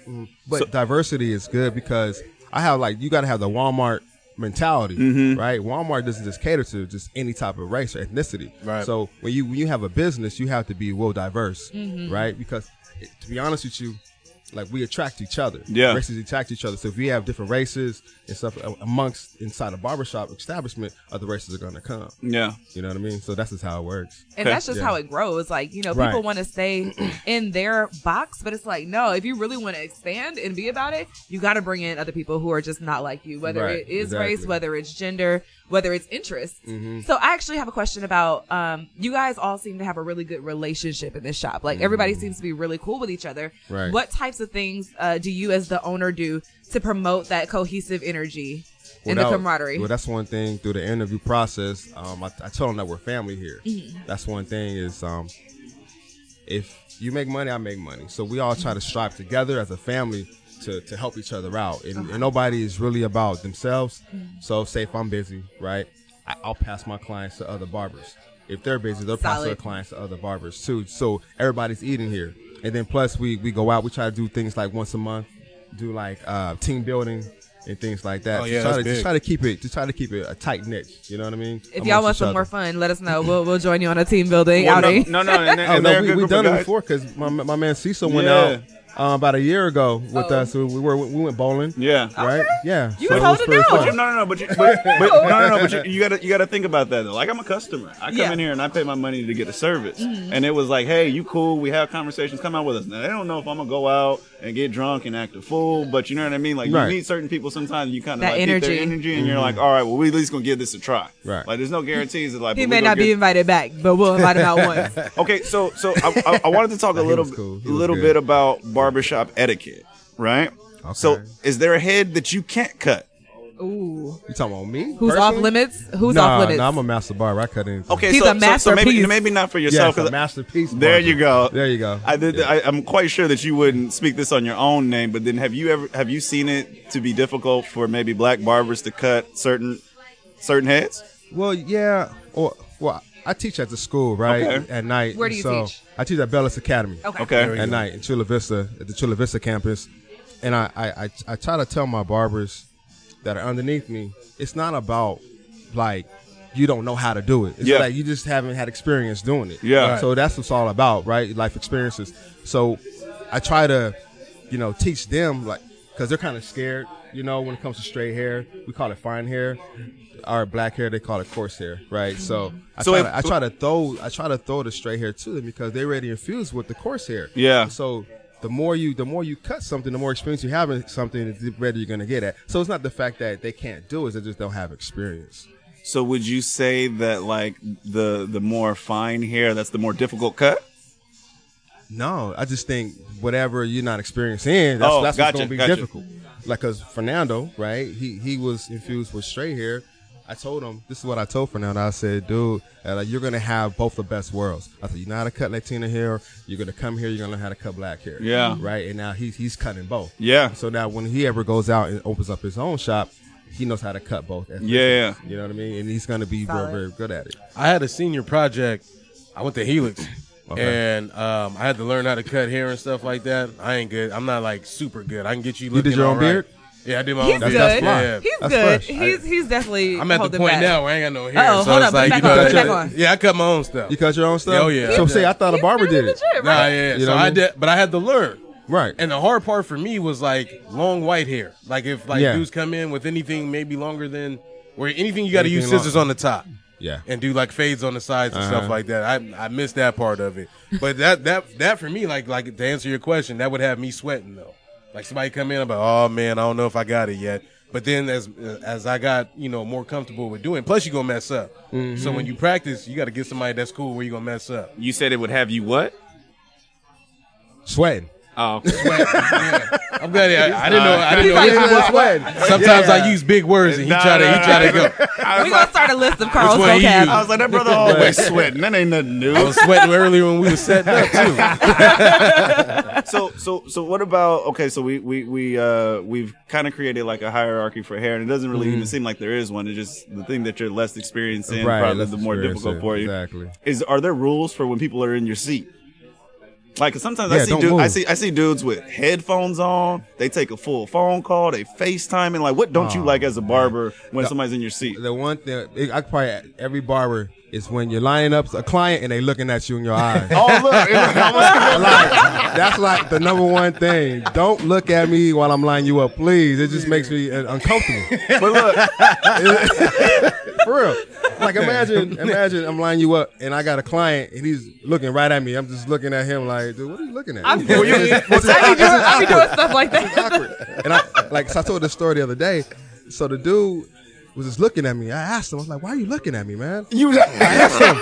[SPEAKER 5] But diversity is good because I have like you got to have the Walmart mentality,
[SPEAKER 1] Mm-hmm.
[SPEAKER 5] right? Walmart doesn't just cater to just any type of race or ethnicity.
[SPEAKER 1] Right.
[SPEAKER 5] So when you when you have a business, you have to be well diverse,
[SPEAKER 3] Mm-hmm.
[SPEAKER 5] right? Because it- to be honest with you, like we attract each other.
[SPEAKER 6] Yeah.
[SPEAKER 5] Races attract each other. So if we have different races and stuff a- amongst inside a barbershop establishment, other races are going to come.
[SPEAKER 6] Yeah.
[SPEAKER 5] You know what I mean? So that's just how it works.
[SPEAKER 3] And
[SPEAKER 6] Okay.
[SPEAKER 3] that's just how it grows. Like, you know,
[SPEAKER 5] Right.
[SPEAKER 3] people want to stay in their box, but it's like, no, if you really want to expand and be about it, you got to bring in other people who are just not like you, whether
[SPEAKER 5] Right,
[SPEAKER 3] it is
[SPEAKER 5] exactly. Mm-hmm.
[SPEAKER 3] race, whether it's gender, whether it's interests. So I actually have a question about um, you guys all seem to have a really good relationship in this shop. Like, everybody seems to be really cool with each other.
[SPEAKER 5] Mm-hmm. Right.
[SPEAKER 3] What types of things uh, do you, as the owner, do to promote that cohesive energy and the
[SPEAKER 5] Well, that-
[SPEAKER 3] camaraderie?
[SPEAKER 5] Well, that's one thing through the
[SPEAKER 3] Mm-hmm.
[SPEAKER 5] interview process. Um, I, I tell them that we're family here. That's one thing is um, if you make money, I make money. So we all try to strive together as a family to, to help each other out. And, and nobody is really about themselves.
[SPEAKER 3] Mm-hmm.
[SPEAKER 5] So say if I'm busy, right, I, I'll pass my clients to other barbers. If they're busy, they'll pass their
[SPEAKER 3] Solid.
[SPEAKER 5] clients to other barbers too. So everybody's eating here. And then plus we, we go out, we try to do things like once a month, do like uh, team building and things like that.
[SPEAKER 1] Oh,
[SPEAKER 5] Just
[SPEAKER 1] yeah,
[SPEAKER 5] try
[SPEAKER 1] that's
[SPEAKER 5] to, just
[SPEAKER 1] big.
[SPEAKER 5] try to keep it just try to keep it a tight niche. You know what I mean?
[SPEAKER 3] If y'all
[SPEAKER 5] Amongst
[SPEAKER 3] want
[SPEAKER 5] each
[SPEAKER 3] some more
[SPEAKER 5] other.
[SPEAKER 3] fun, let us know. We'll we'll join you on a team building
[SPEAKER 6] Well,
[SPEAKER 3] outing.
[SPEAKER 6] no, no, no, and, they-
[SPEAKER 5] Oh
[SPEAKER 6] and
[SPEAKER 5] no,
[SPEAKER 6] they're a
[SPEAKER 5] we
[SPEAKER 6] good
[SPEAKER 5] we
[SPEAKER 6] group of
[SPEAKER 5] done it
[SPEAKER 6] guys.
[SPEAKER 5] before because my, my man Cecil went
[SPEAKER 6] Yeah.
[SPEAKER 5] out uh, about a year ago with
[SPEAKER 3] Oh.
[SPEAKER 5] us. We, we were we went bowling,
[SPEAKER 6] Yeah.
[SPEAKER 5] right? Yeah,
[SPEAKER 3] You
[SPEAKER 5] it
[SPEAKER 3] was holding
[SPEAKER 5] pretty
[SPEAKER 3] out.
[SPEAKER 5] fun.
[SPEAKER 6] But you- no, no, no. But, you, but, but no, no, no. But you, you gotta, you gotta think about that though. Like I'm a customer. I come
[SPEAKER 3] Yeah. Mm-hmm.
[SPEAKER 6] in here and I pay my money to get the service. And it was like, hey, you cool? We have conversations. Come out with us. Now they don't know if I'm gonna go out and get drunk and act a fool. But you know what I mean? Like
[SPEAKER 5] Right. Mm-hmm.
[SPEAKER 6] you need certain people sometimes. You kind of
[SPEAKER 3] That
[SPEAKER 6] like get
[SPEAKER 3] energy.
[SPEAKER 6] their energy, and you're like, all right, well, we at least gonna give this a try.
[SPEAKER 5] Right.
[SPEAKER 6] Like there's no guarantees. That, like
[SPEAKER 3] He
[SPEAKER 6] but
[SPEAKER 3] may
[SPEAKER 6] we gonna
[SPEAKER 3] not be
[SPEAKER 6] give-
[SPEAKER 3] invited back, but we'll invite him out once.
[SPEAKER 6] Okay, so so I, I, I wanted to talk a little
[SPEAKER 5] was cool. He was
[SPEAKER 6] little
[SPEAKER 5] good.
[SPEAKER 6] bit about barbershop etiquette, right? So
[SPEAKER 5] Okay.
[SPEAKER 6] is there a head that you can't cut?
[SPEAKER 3] Ooh,
[SPEAKER 5] You talking about me?
[SPEAKER 3] who's off
[SPEAKER 5] personally?
[SPEAKER 3] limits? Who's
[SPEAKER 5] nah,
[SPEAKER 3] off limits?
[SPEAKER 5] Nah, I'm a master barber. I cut anything.
[SPEAKER 6] Okay,
[SPEAKER 3] He's
[SPEAKER 6] so,
[SPEAKER 3] a
[SPEAKER 6] so- so, maybe
[SPEAKER 3] masterpiece.
[SPEAKER 6] maybe not for
[SPEAKER 5] yeah,
[SPEAKER 6] yourself.
[SPEAKER 5] it's a
[SPEAKER 6] 'cause-
[SPEAKER 5] masterpiece.
[SPEAKER 6] There
[SPEAKER 5] barber.
[SPEAKER 6] you go.
[SPEAKER 5] There you go.
[SPEAKER 6] I did.
[SPEAKER 5] Yeah.
[SPEAKER 6] I, I'm quite sure that you wouldn't speak this on your own name, but then have you ever have you seen it to be difficult for maybe black barbers to cut certain certain heads?
[SPEAKER 5] Well, yeah. Or well, I teach at the school, right?
[SPEAKER 6] Okay.
[SPEAKER 5] At night.
[SPEAKER 3] Where do you
[SPEAKER 5] so
[SPEAKER 3] teach?
[SPEAKER 5] I teach at Bellis Academy.
[SPEAKER 3] okay.
[SPEAKER 6] Okay.
[SPEAKER 5] at night in Chula Vista at the Chula Vista campus, and I I, I I try to tell my barbers that are underneath me, it's not about like you don't know how to do it. It's
[SPEAKER 6] Yeah.
[SPEAKER 5] like you just haven't had experience doing it.
[SPEAKER 6] Yeah. Right.
[SPEAKER 5] So that's what it's all about, right? Life experiences. So I try to, you know, teach them like because they're kind of scared. You know, when it comes to straight hair, we call it fine hair. Our black hair, they call it coarse hair, right? So I,
[SPEAKER 6] So
[SPEAKER 5] try,
[SPEAKER 6] if-
[SPEAKER 5] to, I try to throw, I try to throw the straight hair to them because they're already infused with the coarse hair.
[SPEAKER 6] Yeah.
[SPEAKER 5] So the more you the more you cut something, the more experience you have in something, the better you're gonna get at. So it's not the fact that they can't do it; they just don't have experience.
[SPEAKER 6] So would you say that like the the more fine hair, that's the more difficult cut?
[SPEAKER 5] No, I just think whatever you're not experienced in, that's,
[SPEAKER 6] Oh,
[SPEAKER 5] that's
[SPEAKER 6] gotcha,
[SPEAKER 5] what's gonna be
[SPEAKER 6] gotcha.
[SPEAKER 5] difficult. Like, cause Fernando, right? He he was infused with straight hair. I told him this is what I told Fernando. I said, dude, uh, like, you're gonna have both the best worlds. I said, you know how to cut Latina hair. You're gonna come here. You're gonna learn how to cut black hair.
[SPEAKER 6] Yeah.
[SPEAKER 5] Right. And now he's he's cutting both.
[SPEAKER 6] Yeah.
[SPEAKER 5] So now when he ever goes out and opens up his own shop, he knows how to cut both. ethnicities.
[SPEAKER 6] Yeah.
[SPEAKER 5] You know what I mean? And he's gonna be
[SPEAKER 3] Solid.
[SPEAKER 5] very very good at it.
[SPEAKER 1] I had a senior project. I went to Helix,
[SPEAKER 5] Okay.
[SPEAKER 1] and um, I had to learn how to cut hair and stuff like that. I ain't good. I'm not like super good. I can get you.
[SPEAKER 5] did
[SPEAKER 1] Looking
[SPEAKER 5] your
[SPEAKER 1] all
[SPEAKER 5] own
[SPEAKER 1] right.
[SPEAKER 5] beard?
[SPEAKER 1] Yeah, I did my
[SPEAKER 3] He's
[SPEAKER 1] own
[SPEAKER 5] That's-
[SPEAKER 1] beard.
[SPEAKER 3] good.
[SPEAKER 5] that's fine.
[SPEAKER 1] yeah.
[SPEAKER 3] He's
[SPEAKER 5] That's
[SPEAKER 3] good.
[SPEAKER 5] fresh.
[SPEAKER 3] He's he's definitely.
[SPEAKER 1] I'm at the
[SPEAKER 3] holding
[SPEAKER 1] point
[SPEAKER 3] back.
[SPEAKER 1] now where I ain't got no hair,
[SPEAKER 3] Uh-oh,
[SPEAKER 1] so
[SPEAKER 3] hold
[SPEAKER 1] it's
[SPEAKER 3] on,
[SPEAKER 1] like
[SPEAKER 3] back
[SPEAKER 1] you know,
[SPEAKER 5] on,
[SPEAKER 1] that-
[SPEAKER 5] back
[SPEAKER 3] on.
[SPEAKER 1] yeah, I cut my own stuff.
[SPEAKER 5] You cut your own stuff?
[SPEAKER 1] Oh, yeah.
[SPEAKER 5] So
[SPEAKER 1] Yeah.
[SPEAKER 5] say I thought a
[SPEAKER 3] He's
[SPEAKER 5] barber
[SPEAKER 3] pretty
[SPEAKER 5] did it.
[SPEAKER 3] legit,
[SPEAKER 1] Nah,
[SPEAKER 3] right?
[SPEAKER 1] yeah.
[SPEAKER 5] You know
[SPEAKER 1] so
[SPEAKER 5] what I
[SPEAKER 1] I
[SPEAKER 5] mean?
[SPEAKER 1] did, but I had to learn.
[SPEAKER 5] Right.
[SPEAKER 1] And the hard part for me was like long white hair. Like if like
[SPEAKER 5] Yeah.
[SPEAKER 1] dudes come in with anything maybe longer than where anything you got to
[SPEAKER 5] Anything
[SPEAKER 1] use scissors
[SPEAKER 5] long.
[SPEAKER 1] on the top
[SPEAKER 5] yeah.
[SPEAKER 1] and do like fades on the sides and
[SPEAKER 5] Uh-huh.
[SPEAKER 1] stuff like that. I I missed that part of it. But that that that for me like like to answer your question, that would have me sweating though. Like somebody come in, I'm like, oh man, I don't know if I got it yet. But then as as I got you know more comfortable with doing, plus you gonna mess up.
[SPEAKER 5] Mm-hmm.
[SPEAKER 1] So when you practice, you got to get somebody that's cool where you gonna mess up.
[SPEAKER 6] You said it would have you what?
[SPEAKER 5] Sweating.
[SPEAKER 6] Oh,
[SPEAKER 1] Yeah. I'm glad I, I didn't know. I didn't know.
[SPEAKER 3] He's like,
[SPEAKER 5] Yeah, sweating.
[SPEAKER 1] Sometimes
[SPEAKER 5] Yeah.
[SPEAKER 1] I use big words and he
[SPEAKER 6] Nah,
[SPEAKER 1] try to
[SPEAKER 6] nah,
[SPEAKER 1] he try to
[SPEAKER 6] nah.
[SPEAKER 1] go.
[SPEAKER 3] We
[SPEAKER 6] I
[SPEAKER 3] gonna
[SPEAKER 6] was, like,
[SPEAKER 3] start a list of Carl's
[SPEAKER 1] one he
[SPEAKER 3] vocab.
[SPEAKER 1] used?
[SPEAKER 6] I was like, that brother always sweating. That ain't nothing new.
[SPEAKER 1] I was sweating earlier when we were setting up too.
[SPEAKER 6] so so so what about okay so we we we uh we've kind of created like a hierarchy for hair and it doesn't really even seem like there is one it's just the thing that you're less experienced in
[SPEAKER 5] Mm-hmm. Right,
[SPEAKER 6] probably
[SPEAKER 5] less
[SPEAKER 6] the more
[SPEAKER 5] experienced
[SPEAKER 6] difficult
[SPEAKER 5] in,
[SPEAKER 6] for you
[SPEAKER 5] exactly.
[SPEAKER 6] is are there rules for when people are in your seat like 'cause sometimes
[SPEAKER 5] Yeah,
[SPEAKER 6] I see
[SPEAKER 5] don't
[SPEAKER 6] dude, I
[SPEAKER 5] move.
[SPEAKER 6] see I see dudes with headphones on. They take a full phone call. They FaceTime and like, what don't you
[SPEAKER 5] Oh,
[SPEAKER 6] like as a barber when
[SPEAKER 5] No.
[SPEAKER 6] somebody's in your seat?
[SPEAKER 5] The one thing it, I could probably every barber is when you're lining up a client and they looking at you in your eyes.
[SPEAKER 6] Oh look, I was
[SPEAKER 5] like, that's like the number one thing. Don't look at me while I'm lining you up, please. It just makes me uh, uncomfortable.
[SPEAKER 6] but look,
[SPEAKER 5] For real. Like imagine, imagine I'm lining you up and I got a client and he's looking right at me. I'm just looking at him like, dude, what are you looking at?
[SPEAKER 3] I'm-
[SPEAKER 5] It's just- it's just-
[SPEAKER 3] I be doing, I be
[SPEAKER 5] it's just
[SPEAKER 3] doing stuff like that.
[SPEAKER 5] awkward. And I like so I told this story the other day. So the dude was just looking at me. I asked him, I was like, why are you looking at me, man?
[SPEAKER 6] you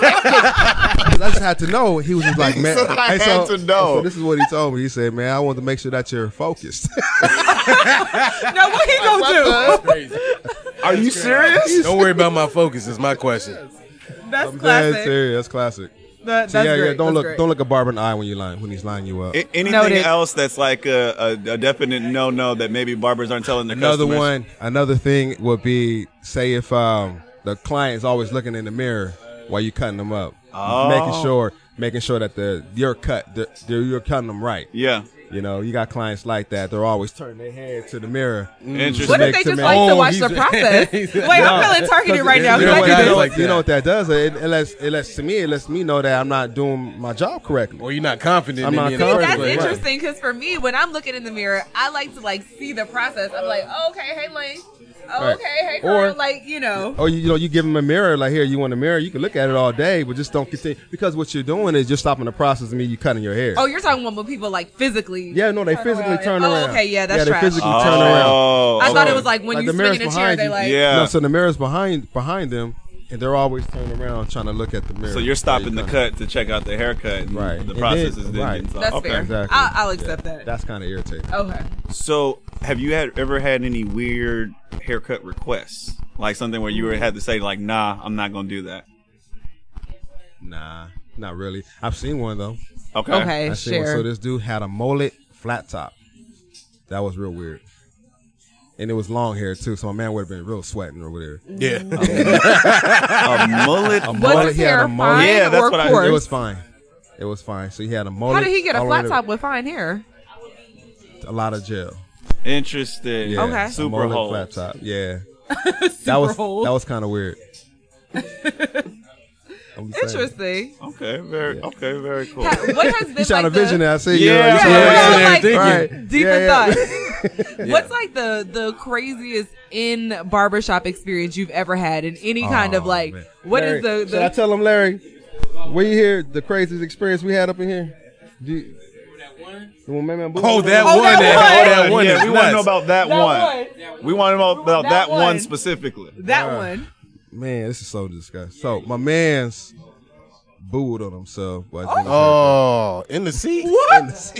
[SPEAKER 5] I just had to know. He was just like, man.
[SPEAKER 6] So I
[SPEAKER 5] and
[SPEAKER 6] had to know.
[SPEAKER 5] So this is what he told me. He said, man, I want to make sure that you're focused.
[SPEAKER 3] No, what he gonna
[SPEAKER 6] are you serious?
[SPEAKER 1] Don't worry about my focus. Is my question.
[SPEAKER 3] do? That's
[SPEAKER 5] That's
[SPEAKER 3] classic.
[SPEAKER 5] serious. That's classic.
[SPEAKER 3] That,
[SPEAKER 5] So
[SPEAKER 3] that's
[SPEAKER 5] yeah,
[SPEAKER 3] great.
[SPEAKER 5] yeah. Don't
[SPEAKER 3] that's
[SPEAKER 5] look,
[SPEAKER 3] great.
[SPEAKER 5] don't look a barber in the eye when you lying when he's lining you up.
[SPEAKER 6] A- anything
[SPEAKER 3] Noted.
[SPEAKER 6] else that's like a, a, a definite no no that maybe barbers aren't telling their
[SPEAKER 5] another
[SPEAKER 6] customers.
[SPEAKER 5] one, another thing would be say if um, the client's always looking in the mirror while you cutting them up, making sure making sure that the your cut the, the, you're cutting them right.
[SPEAKER 6] Yeah.
[SPEAKER 5] You know, you got clients like that. They're always turning their head to the mirror.
[SPEAKER 6] Interesting.
[SPEAKER 3] What if they
[SPEAKER 5] Next to
[SPEAKER 3] just
[SPEAKER 5] me.
[SPEAKER 3] like to
[SPEAKER 1] Oh,
[SPEAKER 3] watch
[SPEAKER 1] he's-
[SPEAKER 3] the process?
[SPEAKER 1] he's-
[SPEAKER 3] Wait, I'm feeling targeted right now.
[SPEAKER 5] You know,
[SPEAKER 1] I
[SPEAKER 5] what
[SPEAKER 1] do
[SPEAKER 5] that-
[SPEAKER 1] things
[SPEAKER 5] you
[SPEAKER 1] like
[SPEAKER 5] know
[SPEAKER 1] that.
[SPEAKER 5] what that does? It, it lets it lets to me it lets me know that I'm not doing my job correctly.
[SPEAKER 1] Or you're not confident
[SPEAKER 5] I'm
[SPEAKER 1] in
[SPEAKER 5] not
[SPEAKER 1] me in the first
[SPEAKER 5] confident,
[SPEAKER 3] That's
[SPEAKER 1] place.
[SPEAKER 5] Right.
[SPEAKER 3] interesting because for me, when I'm looking in the mirror, I like to like see the process. I'm like, oh, okay, hey length, oh,
[SPEAKER 5] Right.
[SPEAKER 3] okay, hey
[SPEAKER 5] Or-
[SPEAKER 3] curl, like you know.
[SPEAKER 5] Or you, you know, you give them a mirror. Like here, you want a mirror? You can look at it all day, but just don't continue because what you're doing is you're stopping the process of me you cutting your hair.
[SPEAKER 3] Oh, you're talking about when people like physically.
[SPEAKER 5] yeah, no, they
[SPEAKER 3] turn
[SPEAKER 5] physically
[SPEAKER 3] around and-
[SPEAKER 5] turn
[SPEAKER 3] oh,
[SPEAKER 5] around.
[SPEAKER 3] okay, yeah, that's
[SPEAKER 5] yeah, they
[SPEAKER 3] trash.
[SPEAKER 5] physically
[SPEAKER 6] Oh,
[SPEAKER 5] turn around.
[SPEAKER 3] I thought it was
[SPEAKER 5] Oh.
[SPEAKER 3] like when
[SPEAKER 5] Like
[SPEAKER 3] you
[SPEAKER 5] the mirror's
[SPEAKER 3] swing in a chair,
[SPEAKER 5] behind
[SPEAKER 3] they
[SPEAKER 5] you.
[SPEAKER 3] like.
[SPEAKER 6] Yeah.
[SPEAKER 5] No, so the mirror's behind behind them, and they're always turning around trying to look at the mirror.
[SPEAKER 6] So you're stopping the
[SPEAKER 5] Right.
[SPEAKER 6] cut to check out the haircut. And
[SPEAKER 5] Right.
[SPEAKER 6] The
[SPEAKER 5] And
[SPEAKER 6] process
[SPEAKER 5] then-
[SPEAKER 6] is then
[SPEAKER 5] right.
[SPEAKER 6] getting
[SPEAKER 3] That's
[SPEAKER 6] okay.
[SPEAKER 3] fair.
[SPEAKER 5] Exactly.
[SPEAKER 3] I'll- I'll accept that.
[SPEAKER 5] That's kind of irritating.
[SPEAKER 3] Okay.
[SPEAKER 6] So, have you had ever had any weird haircut requests? Like something where you were- had to say like, "Nah, I'm not gonna do that."
[SPEAKER 5] Nah, not really. I've seen one though.
[SPEAKER 6] Okay.
[SPEAKER 3] Okay.
[SPEAKER 5] I seen one. So
[SPEAKER 3] Sure.
[SPEAKER 5] this dude had a mullet flat top. That was real weird. And it was long hair too, so my man would have been real sweating or whatever.
[SPEAKER 1] Yeah.
[SPEAKER 6] A mullet.
[SPEAKER 5] mullet,
[SPEAKER 3] Was
[SPEAKER 5] he had a
[SPEAKER 3] hair
[SPEAKER 5] mullet.
[SPEAKER 3] fine
[SPEAKER 6] Yeah, that's
[SPEAKER 3] or
[SPEAKER 6] what I-
[SPEAKER 5] It
[SPEAKER 3] coarse?
[SPEAKER 5] was fine. It was fine. So he had a mullet.
[SPEAKER 3] How did he get a
[SPEAKER 5] all
[SPEAKER 3] flat
[SPEAKER 5] the way
[SPEAKER 3] top
[SPEAKER 5] to-
[SPEAKER 3] with fine hair?
[SPEAKER 5] A lot of gel.
[SPEAKER 6] Interesting.
[SPEAKER 5] Yeah.
[SPEAKER 3] Okay.
[SPEAKER 5] a
[SPEAKER 6] Super
[SPEAKER 5] mullet
[SPEAKER 6] hole.
[SPEAKER 5] flat top. Yeah. that was
[SPEAKER 3] hole.
[SPEAKER 5] that was kind of weird. I'm just saying.
[SPEAKER 3] Interesting.
[SPEAKER 6] Okay. Very. Okay. Very cool.
[SPEAKER 3] Ha- What has been
[SPEAKER 5] You trying to
[SPEAKER 3] like
[SPEAKER 5] vision
[SPEAKER 3] the,
[SPEAKER 5] it? I see.
[SPEAKER 6] Yeah,
[SPEAKER 5] you
[SPEAKER 6] yeah,
[SPEAKER 5] you
[SPEAKER 1] yeah,
[SPEAKER 5] see-
[SPEAKER 1] yeah.
[SPEAKER 3] like,
[SPEAKER 1] Thinking.
[SPEAKER 5] Right.
[SPEAKER 3] deep
[SPEAKER 5] Yeah,
[SPEAKER 3] in
[SPEAKER 5] yeah.
[SPEAKER 3] thought. What's like the the craziest in barbershop experience you've ever had in any kind of
[SPEAKER 5] Oh,
[SPEAKER 3] like
[SPEAKER 5] man.
[SPEAKER 3] what
[SPEAKER 5] Larry,
[SPEAKER 3] is the,
[SPEAKER 5] Should I
[SPEAKER 3] the
[SPEAKER 5] tell him, Larry? We here the craziest experience we had up in here. Do you, the one man, man, boo-
[SPEAKER 1] Oh, that
[SPEAKER 3] Oh,
[SPEAKER 1] one.
[SPEAKER 3] that
[SPEAKER 1] that-
[SPEAKER 6] Yeah,
[SPEAKER 1] Oh, that one.
[SPEAKER 6] yeah,
[SPEAKER 1] is
[SPEAKER 6] we want to know
[SPEAKER 1] nuts.
[SPEAKER 6] about that,
[SPEAKER 3] That
[SPEAKER 6] one. We want to know about
[SPEAKER 3] that
[SPEAKER 6] that, one.
[SPEAKER 3] one.
[SPEAKER 6] specifically.
[SPEAKER 3] that
[SPEAKER 5] Yeah.
[SPEAKER 3] one
[SPEAKER 5] man, this is so disgusting. So my man's booed on himself. by taking a
[SPEAKER 1] Oh, in the seat.
[SPEAKER 3] what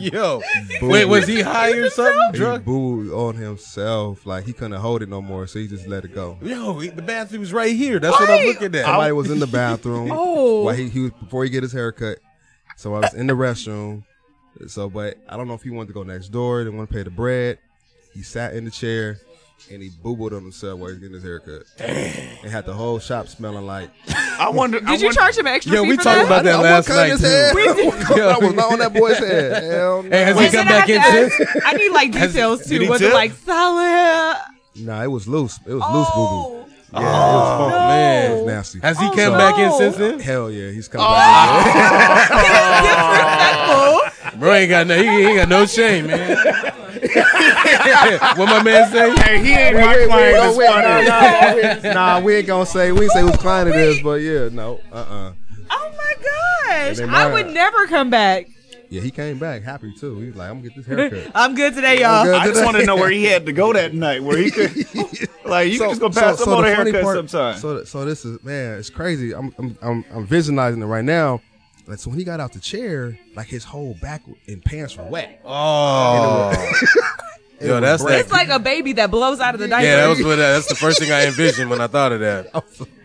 [SPEAKER 1] Yo,
[SPEAKER 5] Boo.
[SPEAKER 1] wait, was he high or something?
[SPEAKER 5] haircut. He
[SPEAKER 1] Drunk?
[SPEAKER 5] booed on himself, like he couldn't hold it no more, so he just let it go.
[SPEAKER 1] Yo, he- the bathroom was right here. That's what I'm
[SPEAKER 3] Wait.
[SPEAKER 1] looking at.
[SPEAKER 5] Somebody was in the bathroom.
[SPEAKER 3] Oh.
[SPEAKER 5] while he, he was before he get his haircut. So I was in the restroom. So, but I don't know if he wanted to go next door. Didn't want to pay the bread. He sat in the chair and he boobled on himself while he was getting his haircut. And had the whole shop smelling like.
[SPEAKER 6] I wonder. I
[SPEAKER 3] did you
[SPEAKER 6] wonder-
[SPEAKER 3] charge him an extra
[SPEAKER 1] Yo,
[SPEAKER 3] fee
[SPEAKER 1] we
[SPEAKER 3] for
[SPEAKER 1] talked
[SPEAKER 3] that?
[SPEAKER 1] about that
[SPEAKER 5] I
[SPEAKER 1] last
[SPEAKER 5] wasn't cutting
[SPEAKER 1] night
[SPEAKER 5] his
[SPEAKER 1] too.
[SPEAKER 5] hair.
[SPEAKER 1] Yo.
[SPEAKER 5] I was not on that boy's head. Hell no.
[SPEAKER 1] Hey, has he
[SPEAKER 3] Wait,
[SPEAKER 1] come
[SPEAKER 3] then I
[SPEAKER 1] back in
[SPEAKER 3] have
[SPEAKER 1] since?
[SPEAKER 3] to ask- I need like
[SPEAKER 1] Has-
[SPEAKER 3] details
[SPEAKER 1] did
[SPEAKER 3] too.
[SPEAKER 1] he
[SPEAKER 3] Was it
[SPEAKER 1] tip?
[SPEAKER 3] like solid?
[SPEAKER 5] Nah, it was loose. It was loose
[SPEAKER 3] Oh,
[SPEAKER 5] boo boo. Yeah, it was funky.
[SPEAKER 1] man.
[SPEAKER 5] It was nasty.
[SPEAKER 1] Has he
[SPEAKER 3] Oh,
[SPEAKER 1] come back in
[SPEAKER 3] no. Oh.
[SPEAKER 1] since then?
[SPEAKER 5] Hell yeah, he's coming back.
[SPEAKER 3] disrespectful.
[SPEAKER 1] Bro ain't got no, he, he ain't got no shame, man. what my man say?
[SPEAKER 6] Hey, he ain't
[SPEAKER 5] Wait,
[SPEAKER 6] my
[SPEAKER 5] wait, wait,
[SPEAKER 6] client.
[SPEAKER 5] no,
[SPEAKER 6] It's
[SPEAKER 5] wait,
[SPEAKER 6] funny.
[SPEAKER 5] nah, nah, nah, we ain't gonna say we ain't say whose client it is, but yeah, no, uh, uh
[SPEAKER 3] Oh my gosh,
[SPEAKER 5] they
[SPEAKER 3] I would
[SPEAKER 5] might-
[SPEAKER 3] never come back.
[SPEAKER 5] yeah, he came back happy too. He was like, I'm gonna get this haircut.
[SPEAKER 3] I'm good today,
[SPEAKER 5] I'm
[SPEAKER 3] y'all.
[SPEAKER 5] good
[SPEAKER 6] I just
[SPEAKER 5] today.
[SPEAKER 6] want to know where he had to go that night, where he could, like, you
[SPEAKER 5] So-
[SPEAKER 6] can just go pass him
[SPEAKER 5] so- so
[SPEAKER 6] on a
[SPEAKER 5] the funny
[SPEAKER 6] haircut
[SPEAKER 5] part-
[SPEAKER 6] sometime.
[SPEAKER 5] So, so this is man, it's crazy. I'm, I'm, I'm, I'm visualizing it right now. Like, so when he got out the chair, like his whole back and pants were wet.
[SPEAKER 1] Oh,
[SPEAKER 5] It
[SPEAKER 1] yo,
[SPEAKER 5] was
[SPEAKER 1] that's
[SPEAKER 5] great.
[SPEAKER 1] that.
[SPEAKER 3] It's like a baby that blows out of the diaper.
[SPEAKER 1] yeah, that was what. uh, That's the first thing I envisioned when I thought of that.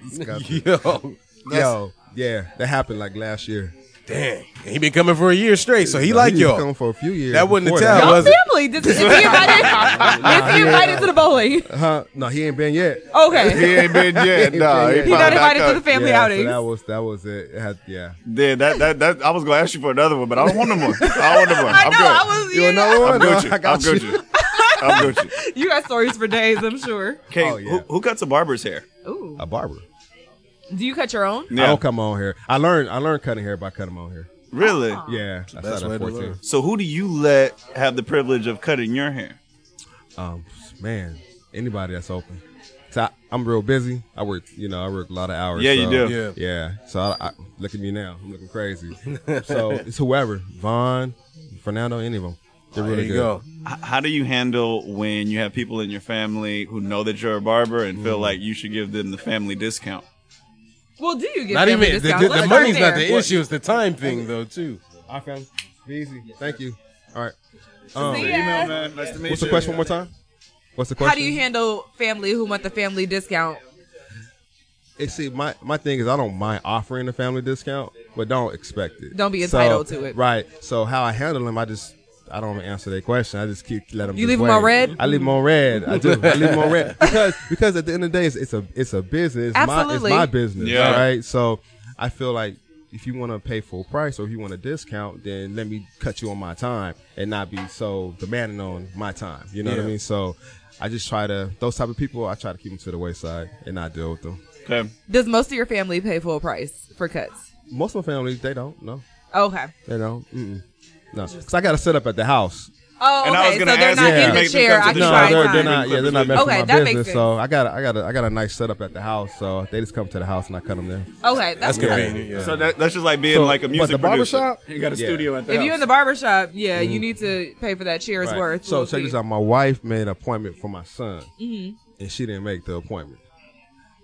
[SPEAKER 5] Disgusting.
[SPEAKER 1] Yo,
[SPEAKER 5] Yo, yeah, that happened like last year.
[SPEAKER 1] dang, he been coming for a year straight, so he
[SPEAKER 5] Now,
[SPEAKER 1] like
[SPEAKER 5] was coming
[SPEAKER 1] y'all.
[SPEAKER 5] for a few years.
[SPEAKER 1] That wasn't the
[SPEAKER 5] before
[SPEAKER 1] time,
[SPEAKER 5] that.
[SPEAKER 3] Y'all
[SPEAKER 1] was it?
[SPEAKER 3] family. This, is he invited? is he invited to the bowling?
[SPEAKER 5] Huh? No, he ain't been yet.
[SPEAKER 3] Okay.
[SPEAKER 6] ain't been yet.
[SPEAKER 5] nah, he
[SPEAKER 3] He
[SPEAKER 5] Probably
[SPEAKER 3] not invited to the family
[SPEAKER 5] yeah,
[SPEAKER 3] outings.
[SPEAKER 5] So that was that was it. it had, yeah.
[SPEAKER 6] Yeah, that, that, that, I was going to ask you for another one, but I don't want no more. I don't want no more.
[SPEAKER 3] I
[SPEAKER 6] I'm
[SPEAKER 3] know.
[SPEAKER 6] good.
[SPEAKER 3] I was.
[SPEAKER 5] You
[SPEAKER 3] You,
[SPEAKER 5] another
[SPEAKER 3] know,
[SPEAKER 5] one?
[SPEAKER 6] I'm
[SPEAKER 5] No,
[SPEAKER 6] Gucci.
[SPEAKER 5] I got
[SPEAKER 6] I'm
[SPEAKER 5] you.
[SPEAKER 6] Gucci. I'm Gucci.
[SPEAKER 3] you got stories for days. I'm sure.
[SPEAKER 6] Okay,
[SPEAKER 5] Oh, yeah.
[SPEAKER 6] who, who cuts a barber's hair?
[SPEAKER 3] Ooh.
[SPEAKER 5] A barber.
[SPEAKER 3] Do you cut your own?
[SPEAKER 5] I don't come on here. I learned I learned cutting hair by cutting on here.
[SPEAKER 6] Really?
[SPEAKER 5] Yeah, I
[SPEAKER 1] best
[SPEAKER 5] started
[SPEAKER 1] way
[SPEAKER 5] at
[SPEAKER 1] to
[SPEAKER 5] 14.
[SPEAKER 1] learn.
[SPEAKER 6] So who do you let have the privilege of cutting your hair?
[SPEAKER 5] Um, man, anybody that's open. So I, I'm real busy. I work, you know, I work a lot of hours.
[SPEAKER 6] Yeah, you
[SPEAKER 5] so-
[SPEAKER 6] do.
[SPEAKER 1] Yeah.
[SPEAKER 5] Yeah. So I, I, look at me now. I'm looking crazy. so it's whoever, Vaughn, Fernando, any of them. They're
[SPEAKER 1] There
[SPEAKER 5] really
[SPEAKER 1] you
[SPEAKER 5] good.
[SPEAKER 1] go.
[SPEAKER 6] H- how do you handle when you have people in your family who know that you're a barber and feel like you should give them the family discount?
[SPEAKER 3] Well, do you get
[SPEAKER 1] Not
[SPEAKER 3] family
[SPEAKER 1] even the,
[SPEAKER 3] discount?
[SPEAKER 1] the,
[SPEAKER 3] Let's
[SPEAKER 1] the
[SPEAKER 3] start
[SPEAKER 1] money's not
[SPEAKER 3] there.
[SPEAKER 1] the issue; it's the time thing, though, too.
[SPEAKER 5] All right, family. Be easy. Thank you. All right.
[SPEAKER 3] See
[SPEAKER 5] Um,
[SPEAKER 3] ya.
[SPEAKER 6] man. Nice to meet
[SPEAKER 5] what's the question one more time? What's the question?
[SPEAKER 3] How do you handle family who want the family discount?
[SPEAKER 5] eh, see, my, my thing is I don't mind offering a family discount, but don't expect it.
[SPEAKER 3] Don't be
[SPEAKER 5] So-
[SPEAKER 3] entitled to it.
[SPEAKER 5] Right. So how I handle them, I just I don't answer their question. I just keep let them.
[SPEAKER 3] You leave 'em on red?
[SPEAKER 5] I leave them on red. I do. I leave them on red because because at the end of the day, it's, it's a it's a business. It's My, it's
[SPEAKER 3] Absolutely.
[SPEAKER 5] my business.
[SPEAKER 6] Yeah.
[SPEAKER 5] Right. So I feel like if you want to pay full price or if you want a discount, then let me cut you on my time and not be so demanding on my time. You know what I
[SPEAKER 1] Yeah.
[SPEAKER 5] mean? So. I just try to those type of people. I try to keep them to the wayside and not deal with them.
[SPEAKER 6] Okay.
[SPEAKER 3] Does most of your family pay full price for cuts?
[SPEAKER 5] Most of my family, they don't. No,
[SPEAKER 3] Okay.
[SPEAKER 5] they don't. Mm-mm. No, because I got to set up at the house.
[SPEAKER 3] Oh,
[SPEAKER 6] And I
[SPEAKER 3] okay.
[SPEAKER 6] was
[SPEAKER 3] So
[SPEAKER 6] gonna
[SPEAKER 3] they're
[SPEAKER 6] ask
[SPEAKER 3] not
[SPEAKER 5] you if
[SPEAKER 3] in
[SPEAKER 5] you
[SPEAKER 3] the
[SPEAKER 6] make them
[SPEAKER 3] chair.
[SPEAKER 6] come to
[SPEAKER 3] I
[SPEAKER 6] the
[SPEAKER 3] can
[SPEAKER 6] shop.
[SPEAKER 5] No,
[SPEAKER 3] try
[SPEAKER 5] they're,
[SPEAKER 3] time.
[SPEAKER 5] they're not. Yeah, they're not messing
[SPEAKER 3] Okay,
[SPEAKER 5] with my
[SPEAKER 3] that makes
[SPEAKER 5] business.
[SPEAKER 3] sense.
[SPEAKER 5] So I got, I got, a, I got a nice setup at the house. So they just come to the house and I cut them there.
[SPEAKER 3] Okay, that's,
[SPEAKER 1] That's
[SPEAKER 3] good.
[SPEAKER 1] convenient. Yeah.
[SPEAKER 6] So that, that's just like being
[SPEAKER 5] So,
[SPEAKER 6] like a
[SPEAKER 5] what,
[SPEAKER 6] music
[SPEAKER 5] the
[SPEAKER 6] producer.
[SPEAKER 5] barbershop?
[SPEAKER 6] You got a
[SPEAKER 5] Yeah.
[SPEAKER 6] studio at the
[SPEAKER 3] If
[SPEAKER 6] house.
[SPEAKER 3] you're in the barbershop, yeah, you need to pay for that chair's
[SPEAKER 5] Mm-hmm. Right.
[SPEAKER 3] worth.
[SPEAKER 5] So
[SPEAKER 3] We'll
[SPEAKER 5] check
[SPEAKER 3] see.
[SPEAKER 5] this out. My wife made an appointment for my son,
[SPEAKER 3] Mm-hmm.
[SPEAKER 5] and she didn't make the appointment.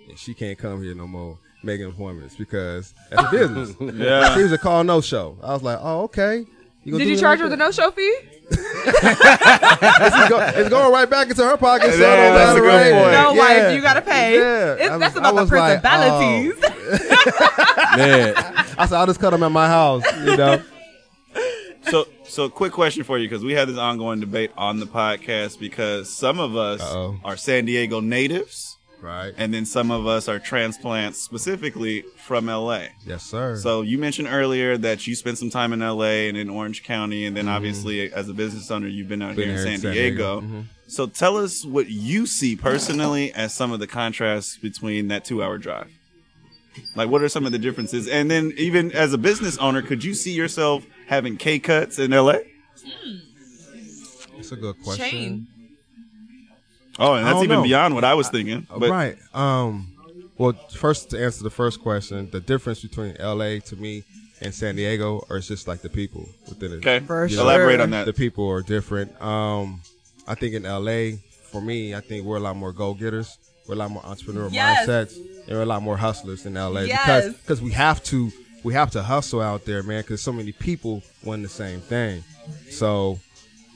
[SPEAKER 5] And she can't come here no more making appointments because that's a business.
[SPEAKER 6] Yeah.
[SPEAKER 5] She was a call no show. I was like, oh okay. gonna
[SPEAKER 3] Did
[SPEAKER 5] do
[SPEAKER 3] you
[SPEAKER 5] it
[SPEAKER 3] charge
[SPEAKER 5] like
[SPEAKER 3] her the
[SPEAKER 5] that?
[SPEAKER 3] no-show fee?
[SPEAKER 5] It's, go- it's going right back into her pocket.
[SPEAKER 6] Yeah,
[SPEAKER 5] So it don't
[SPEAKER 6] that's a
[SPEAKER 5] matter,
[SPEAKER 6] good
[SPEAKER 5] right?
[SPEAKER 6] point.
[SPEAKER 3] No,
[SPEAKER 5] Yeah.
[SPEAKER 3] wife, you gotta pay.
[SPEAKER 5] Yeah.
[SPEAKER 3] It's,
[SPEAKER 5] I
[SPEAKER 3] that's
[SPEAKER 5] was- I
[SPEAKER 3] about the
[SPEAKER 5] was like, um, oh.
[SPEAKER 3] principalities.
[SPEAKER 1] Man,
[SPEAKER 5] I said, I'll just cut them at my house, you know.
[SPEAKER 6] so so quick question for you because we had this ongoing debate on the podcast because some of us
[SPEAKER 5] Uh-oh.
[SPEAKER 6] are San Diego natives
[SPEAKER 5] right.
[SPEAKER 6] and then some of us are transplants specifically from LA.
[SPEAKER 5] Yes, sir.
[SPEAKER 6] So you mentioned earlier that you spent some time in LA and in Orange County and then obviously as a business owner you've been out
[SPEAKER 5] Mm-hmm. Been
[SPEAKER 6] here in
[SPEAKER 5] here
[SPEAKER 6] San
[SPEAKER 5] in San
[SPEAKER 6] Diego.
[SPEAKER 5] Diego. Mm-hmm.
[SPEAKER 6] So tell us what you see personally as some of the contrasts between that 2-hour drive. Like what are some of the differences? And then even as a business owner could you see yourself having K cuts in LA?
[SPEAKER 5] That's a good question.
[SPEAKER 3] Shane.
[SPEAKER 6] Oh, and
[SPEAKER 5] I
[SPEAKER 6] that's
[SPEAKER 5] don't
[SPEAKER 6] even
[SPEAKER 5] know. Uh,
[SPEAKER 6] beyond what I was thinking. But
[SPEAKER 5] right. Um, well, first to answer the first question, the difference between L.A. to me and San Diego, or it's just like the people within it.
[SPEAKER 6] okay,
[SPEAKER 3] For sure.
[SPEAKER 6] elaborate on that.
[SPEAKER 5] The people are different. Um, I think in L.A. for me, I think we're a lot more go getters. We're a lot more entrepreneurial
[SPEAKER 3] Yes.
[SPEAKER 5] mindsets, and we're a lot more hustlers in L.A.
[SPEAKER 3] Yes.
[SPEAKER 5] because because we have to we have to hustle out there, man. Because so many people want the same thing, so.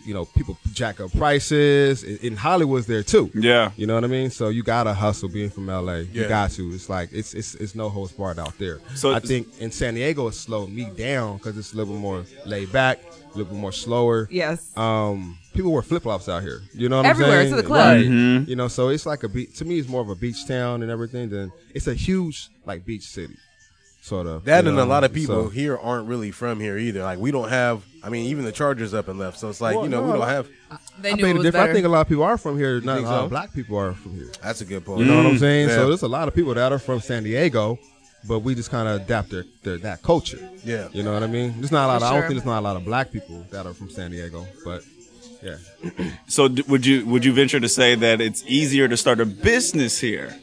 [SPEAKER 5] You know, people jack up prices. In in Hollywood's there too.
[SPEAKER 6] yeah.
[SPEAKER 5] You know what I mean? So you gotta hustle being from LA.
[SPEAKER 1] Yeah.
[SPEAKER 5] You got to. It's like it's it's it's no holds barred out there.
[SPEAKER 6] So
[SPEAKER 5] I
[SPEAKER 6] it's-
[SPEAKER 5] think in San Diego it slowed me down because it's a little bit more laid back, a little bit more slower.
[SPEAKER 3] Yes.
[SPEAKER 5] Um, people wear flip flops out here. You know what
[SPEAKER 3] Everywhere,
[SPEAKER 5] I'm saying?
[SPEAKER 3] to the club.
[SPEAKER 5] Right.
[SPEAKER 1] Mm-hmm.
[SPEAKER 5] You know, so it's like a beach. To me, it's more of a beach town and everything. Than it's a huge like beach city, sort of.
[SPEAKER 1] that
[SPEAKER 5] you
[SPEAKER 1] and
[SPEAKER 5] know?
[SPEAKER 1] a lot of people
[SPEAKER 5] So-
[SPEAKER 1] here aren't really from here either. Like we don't have. I mean, even the Chargers up and left. So it's like
[SPEAKER 5] Well,
[SPEAKER 1] you know
[SPEAKER 5] no,
[SPEAKER 1] we don't
[SPEAKER 5] like-
[SPEAKER 1] have.
[SPEAKER 3] They
[SPEAKER 5] I,
[SPEAKER 3] knew
[SPEAKER 5] made
[SPEAKER 3] it
[SPEAKER 5] a
[SPEAKER 3] was
[SPEAKER 5] difference. I
[SPEAKER 3] better.
[SPEAKER 5] think a lot of people are from here. Not
[SPEAKER 1] think
[SPEAKER 5] a lot
[SPEAKER 1] so?
[SPEAKER 5] of black people are from here.
[SPEAKER 1] That's a good point.
[SPEAKER 5] You know what I'm saying?
[SPEAKER 1] Mm, Yeah.
[SPEAKER 5] So there's a lot of people that are from San Diego, but we just kind of adapt their, their that culture.
[SPEAKER 1] Yeah.
[SPEAKER 5] You know what I mean? There's not a lot.
[SPEAKER 3] For
[SPEAKER 5] I don't
[SPEAKER 3] sure.
[SPEAKER 5] think there's not a lot of black people that are from San Diego, but yeah.
[SPEAKER 6] So d- would you would you venture to say that it's easier to start a business here?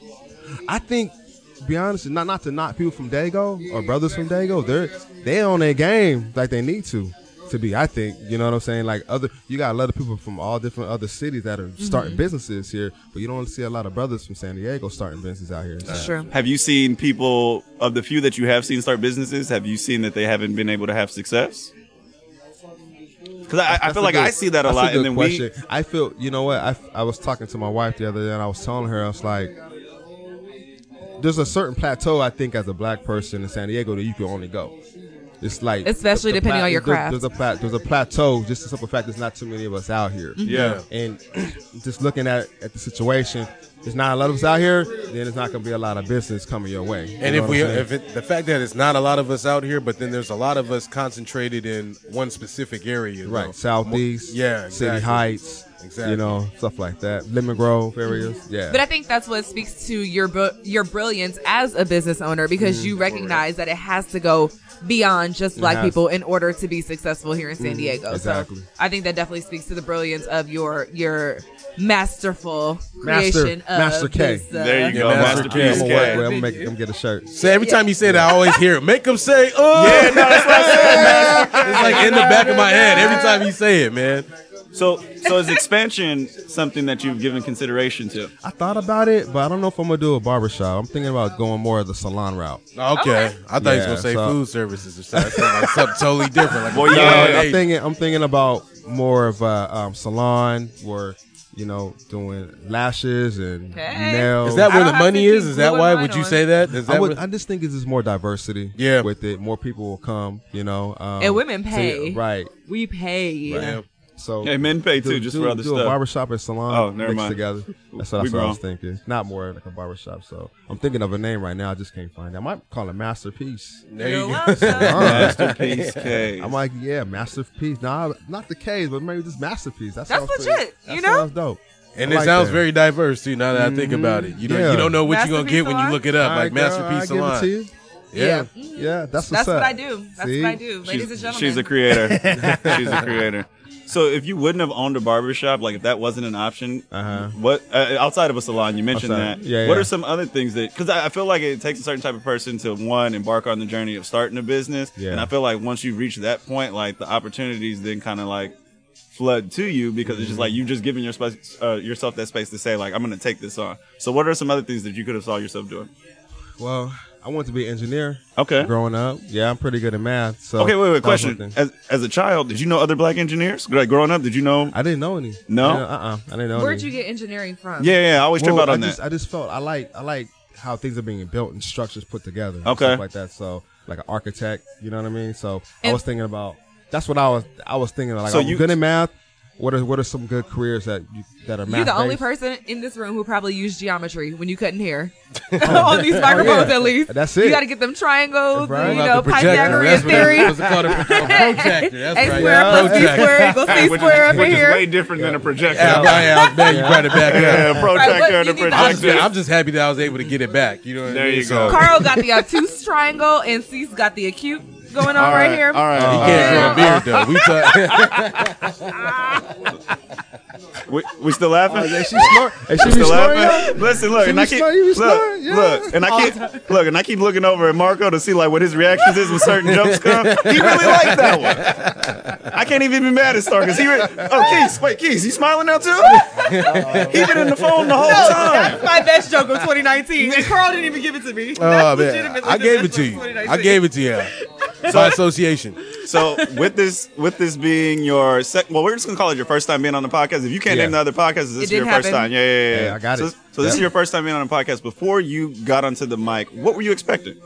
[SPEAKER 5] I think, to be honest, not not to knock people from Dago or brothers from Dago, they're they on their game like they need to to be. I think you know what I'm saying. Like other, you got a lot of people from all different other cities that are
[SPEAKER 3] Mm-hmm.
[SPEAKER 5] starting businesses here, but you don't see a lot of brothers from San Diego starting businesses out here.
[SPEAKER 3] Sure.
[SPEAKER 6] Have you seen people of the few that you have seen start businesses? Have you seen that they haven't been able to have success? Because I, I
[SPEAKER 5] That's
[SPEAKER 6] feel like
[SPEAKER 5] good-
[SPEAKER 6] I see that a
[SPEAKER 5] that's
[SPEAKER 6] lot,
[SPEAKER 5] good
[SPEAKER 6] and then
[SPEAKER 5] question. I feel you know what I, I was talking to my wife the other day, and I was telling her I was like, there's a certain plateau I think as a black person in San Diego that you can only go. It's like
[SPEAKER 3] Especially depending on your
[SPEAKER 5] there's-
[SPEAKER 3] craft.
[SPEAKER 5] There's, a plat, there's a plateau just the simple fact there's not too many of us out here.
[SPEAKER 6] we yeah.
[SPEAKER 5] And just looking at at the situation, there's not a lot of us out here. Then it's not gonna be a lot of business coming your way. You
[SPEAKER 1] And if
[SPEAKER 5] know what
[SPEAKER 1] we,
[SPEAKER 5] I'm saying?
[SPEAKER 1] if it, the fact that it's not a lot of us out here, but then there's a lot of us concentrated in one specific area, though.
[SPEAKER 5] Right, southeast.
[SPEAKER 1] yeah, exactly.
[SPEAKER 5] City Heights.
[SPEAKER 1] Exactly.
[SPEAKER 5] You know, stuff like that. Lemon Grove areas. Yeah.
[SPEAKER 3] But I think that's what speaks to your br- your brilliance as a business owner
[SPEAKER 6] Mm,
[SPEAKER 3] because you recognize that it has to go beyond just black
[SPEAKER 5] has.
[SPEAKER 3] people in order to be successful here in
[SPEAKER 6] Mm,
[SPEAKER 3] San Diego.
[SPEAKER 5] exactly.
[SPEAKER 3] So I think that definitely speaks to the brilliance of your your masterful
[SPEAKER 5] Master-
[SPEAKER 3] creation of
[SPEAKER 5] Master K.
[SPEAKER 3] this, uh,
[SPEAKER 6] There you go,
[SPEAKER 1] Yeah,
[SPEAKER 6] Master
[SPEAKER 1] Master
[SPEAKER 6] P.
[SPEAKER 1] P.
[SPEAKER 5] I'm gonna work
[SPEAKER 6] Yeah,
[SPEAKER 5] with. I'm gonna make them get a shirt.
[SPEAKER 1] So every time you say that, I always hear it. Make them say, "Oh."
[SPEAKER 6] no, that's what I said.
[SPEAKER 1] It's like in the back of my head every time you say it, man.
[SPEAKER 6] So, so is expansion something that you've given consideration to?
[SPEAKER 5] I thought about it, but I don't know if I'm gonna do a barbershop. I'm thinking about going more of the salon route.
[SPEAKER 1] Okay, I thought you was
[SPEAKER 5] Yeah,
[SPEAKER 1] gonna say
[SPEAKER 5] so-
[SPEAKER 1] food services or something, like something totally different. Like,
[SPEAKER 6] Well,
[SPEAKER 1] no,
[SPEAKER 6] yeah,
[SPEAKER 5] I'm
[SPEAKER 1] they-
[SPEAKER 5] thinking I'm thinking about more of a um, salon where you know, doing lashes and
[SPEAKER 3] Hey.
[SPEAKER 5] nails.
[SPEAKER 1] Is that
[SPEAKER 3] I
[SPEAKER 1] where
[SPEAKER 3] don't
[SPEAKER 1] the
[SPEAKER 3] have
[SPEAKER 1] money
[SPEAKER 3] to
[SPEAKER 1] is?
[SPEAKER 3] keep
[SPEAKER 1] Is that
[SPEAKER 3] gluing
[SPEAKER 1] why?
[SPEAKER 3] mine
[SPEAKER 1] Would you
[SPEAKER 3] on.
[SPEAKER 1] say that? Is that
[SPEAKER 5] I would.
[SPEAKER 1] what-
[SPEAKER 5] I just think it's just more diversity.
[SPEAKER 1] Yeah.
[SPEAKER 5] With it, more people will come. You know, um,
[SPEAKER 3] And women
[SPEAKER 5] to-
[SPEAKER 3] pay.
[SPEAKER 5] right.
[SPEAKER 3] We pay.
[SPEAKER 1] Yeah.
[SPEAKER 5] So
[SPEAKER 6] Hey, men pay too,
[SPEAKER 5] do-
[SPEAKER 6] just
[SPEAKER 5] do-
[SPEAKER 6] for other
[SPEAKER 5] do
[SPEAKER 6] stuff.
[SPEAKER 5] a barbershop and salon
[SPEAKER 6] Oh, never
[SPEAKER 5] mixed
[SPEAKER 6] mind.
[SPEAKER 5] together. That's what,
[SPEAKER 6] We
[SPEAKER 5] that's what I
[SPEAKER 6] grown.
[SPEAKER 5] was thinking. Not more like a barbershop. So I'm thinking of a name right now. I just can't find it. I might call it masterpiece.
[SPEAKER 1] There you go.
[SPEAKER 6] Masterpiece K.
[SPEAKER 5] I'm like, yeah, masterpiece. Nah, not the K's, but maybe just masterpiece. That
[SPEAKER 3] That's
[SPEAKER 5] sounds pretty-
[SPEAKER 3] legit,
[SPEAKER 5] That
[SPEAKER 3] you know?
[SPEAKER 5] sounds dope.
[SPEAKER 1] And
[SPEAKER 5] I
[SPEAKER 1] it
[SPEAKER 5] like
[SPEAKER 1] sounds
[SPEAKER 5] that.
[SPEAKER 1] very diverse too. Now that I think about it, you don't
[SPEAKER 5] Yeah.
[SPEAKER 1] you don't know what you're gonna
[SPEAKER 3] Mm-hmm. Masterpiece
[SPEAKER 1] get when you
[SPEAKER 3] Salon?
[SPEAKER 1] look it up,
[SPEAKER 5] All
[SPEAKER 1] like
[SPEAKER 5] right, girl,
[SPEAKER 1] masterpiece
[SPEAKER 5] I'll
[SPEAKER 1] salon.
[SPEAKER 5] give it to
[SPEAKER 1] Yeah.
[SPEAKER 5] you. Yeah, that's what's
[SPEAKER 3] That's what
[SPEAKER 5] up.
[SPEAKER 3] I do. That's
[SPEAKER 5] See?
[SPEAKER 3] what I do, ladies and
[SPEAKER 6] she's,
[SPEAKER 3] gentlemen.
[SPEAKER 6] she's a creator. she's a creator. So if you wouldn't have owned a barbershop, like if that wasn't an option,
[SPEAKER 5] Uh-huh.
[SPEAKER 6] what uh, outside of a salon, you mentioned
[SPEAKER 5] Outside.
[SPEAKER 6] that.
[SPEAKER 5] Yeah,
[SPEAKER 6] what
[SPEAKER 5] yeah.
[SPEAKER 6] are some other things that? Because I, I feel like it takes a certain type of person to one embark on the journey of starting a business,
[SPEAKER 5] Yeah.
[SPEAKER 6] and I feel like once you reach that point, like the opportunities then kind of like flood to you because it's just
[SPEAKER 5] Mm-hmm.
[SPEAKER 6] like you've just given your space, uh, yourself that space to say like I'm going to take this on. So what are some other things that you could have saw yourself doing?
[SPEAKER 5] Well, I want to be an engineer.
[SPEAKER 6] Okay.
[SPEAKER 5] Growing up, yeah, I'm pretty good at math. So
[SPEAKER 6] Okay, wait,
[SPEAKER 5] that
[SPEAKER 6] wait.
[SPEAKER 5] was
[SPEAKER 6] Question:
[SPEAKER 5] one thing.
[SPEAKER 6] as, as a child, did you know other black engineers? Like growing up, did you know?
[SPEAKER 5] I didn't know any.
[SPEAKER 6] No?
[SPEAKER 5] uh, uh I didn't know.
[SPEAKER 3] Where'd
[SPEAKER 5] any.
[SPEAKER 3] you get engineering from?
[SPEAKER 6] Yeah, yeah. I always trip
[SPEAKER 5] Well,
[SPEAKER 6] out on that.
[SPEAKER 5] I just, I just felt I like I like how things are being built and structures put together. and
[SPEAKER 6] Okay.
[SPEAKER 5] stuff like that. So like an architect, you know what I mean. So I
[SPEAKER 3] And-
[SPEAKER 5] was thinking about that's what I was I was thinking like
[SPEAKER 6] So
[SPEAKER 5] I'm
[SPEAKER 6] you-
[SPEAKER 5] good in math. What are what are some good careers that you, that are math?
[SPEAKER 3] You're the only person in this room who probably used geometry when you couldn't hear on these microphones, at least.
[SPEAKER 5] That's
[SPEAKER 3] You
[SPEAKER 5] it.
[SPEAKER 3] got to get them triangles,
[SPEAKER 5] Right.
[SPEAKER 3] and, you
[SPEAKER 5] About
[SPEAKER 3] know,
[SPEAKER 1] the projector.
[SPEAKER 3] Pythagorean
[SPEAKER 1] That's what it's
[SPEAKER 3] theory.
[SPEAKER 1] supposed to call it, a projector. That's right.
[SPEAKER 3] A square plus B squared equals C
[SPEAKER 6] which
[SPEAKER 3] squared
[SPEAKER 6] is,
[SPEAKER 3] over
[SPEAKER 6] which is
[SPEAKER 3] here.
[SPEAKER 6] way different than a projector.
[SPEAKER 1] Yeah, I- I- I- now you brought it back
[SPEAKER 6] Yeah,
[SPEAKER 1] up.
[SPEAKER 6] a
[SPEAKER 3] Right, what
[SPEAKER 6] projector and
[SPEAKER 3] you
[SPEAKER 6] a
[SPEAKER 3] need to
[SPEAKER 1] I'm just,
[SPEAKER 6] projector.
[SPEAKER 1] I'm just happy that I was able to get it back. You know what I
[SPEAKER 6] There
[SPEAKER 1] mean?
[SPEAKER 6] you
[SPEAKER 1] So-
[SPEAKER 6] go.
[SPEAKER 3] Carl got the obtuse triangle, and Cease got the acute going on right, here.
[SPEAKER 4] All right.
[SPEAKER 1] He
[SPEAKER 5] Uh,
[SPEAKER 4] all
[SPEAKER 1] can't
[SPEAKER 4] right.
[SPEAKER 1] grow a beard though. We talk,
[SPEAKER 6] we, we still laughing.
[SPEAKER 5] Oh, She's smart. Hey,
[SPEAKER 6] We
[SPEAKER 5] she be
[SPEAKER 6] still
[SPEAKER 5] snoring,
[SPEAKER 6] laughing.
[SPEAKER 5] yo?
[SPEAKER 6] Listen, look,
[SPEAKER 5] She
[SPEAKER 6] and
[SPEAKER 5] be
[SPEAKER 6] I keep
[SPEAKER 5] smart, you be smart,
[SPEAKER 6] look,
[SPEAKER 5] yeah.
[SPEAKER 6] look, and I keep look, and I keep looking over at Marco to see like what his reactions is when certain jokes come. He really liked that one. I can't even be mad at Star because he. Re- oh, Keys, wait, Keys, you smiling now too? he been in the phone the whole time.
[SPEAKER 3] That's my best joke of 2019. And Carl didn't even give it to me.
[SPEAKER 1] oh, man.
[SPEAKER 3] legitimately
[SPEAKER 1] I
[SPEAKER 3] the
[SPEAKER 1] gave
[SPEAKER 3] best
[SPEAKER 1] it to
[SPEAKER 3] one
[SPEAKER 1] you.
[SPEAKER 3] of
[SPEAKER 1] I
[SPEAKER 3] 2019.
[SPEAKER 1] gave it to you. By association.
[SPEAKER 6] So with this, with this being your sec- well, we're just gonna call it your first time being on the podcast. If you can't
[SPEAKER 5] Yeah.
[SPEAKER 6] name the other podcast, is this
[SPEAKER 3] It
[SPEAKER 6] your
[SPEAKER 3] didn't
[SPEAKER 6] first
[SPEAKER 3] happen.
[SPEAKER 6] time? Yeah, yeah, yeah.
[SPEAKER 5] Yeah, I got
[SPEAKER 6] so,
[SPEAKER 5] it.
[SPEAKER 6] So this is
[SPEAKER 5] Yeah.
[SPEAKER 6] your first time being on a podcast. Before you got onto the mic, what were you expecting?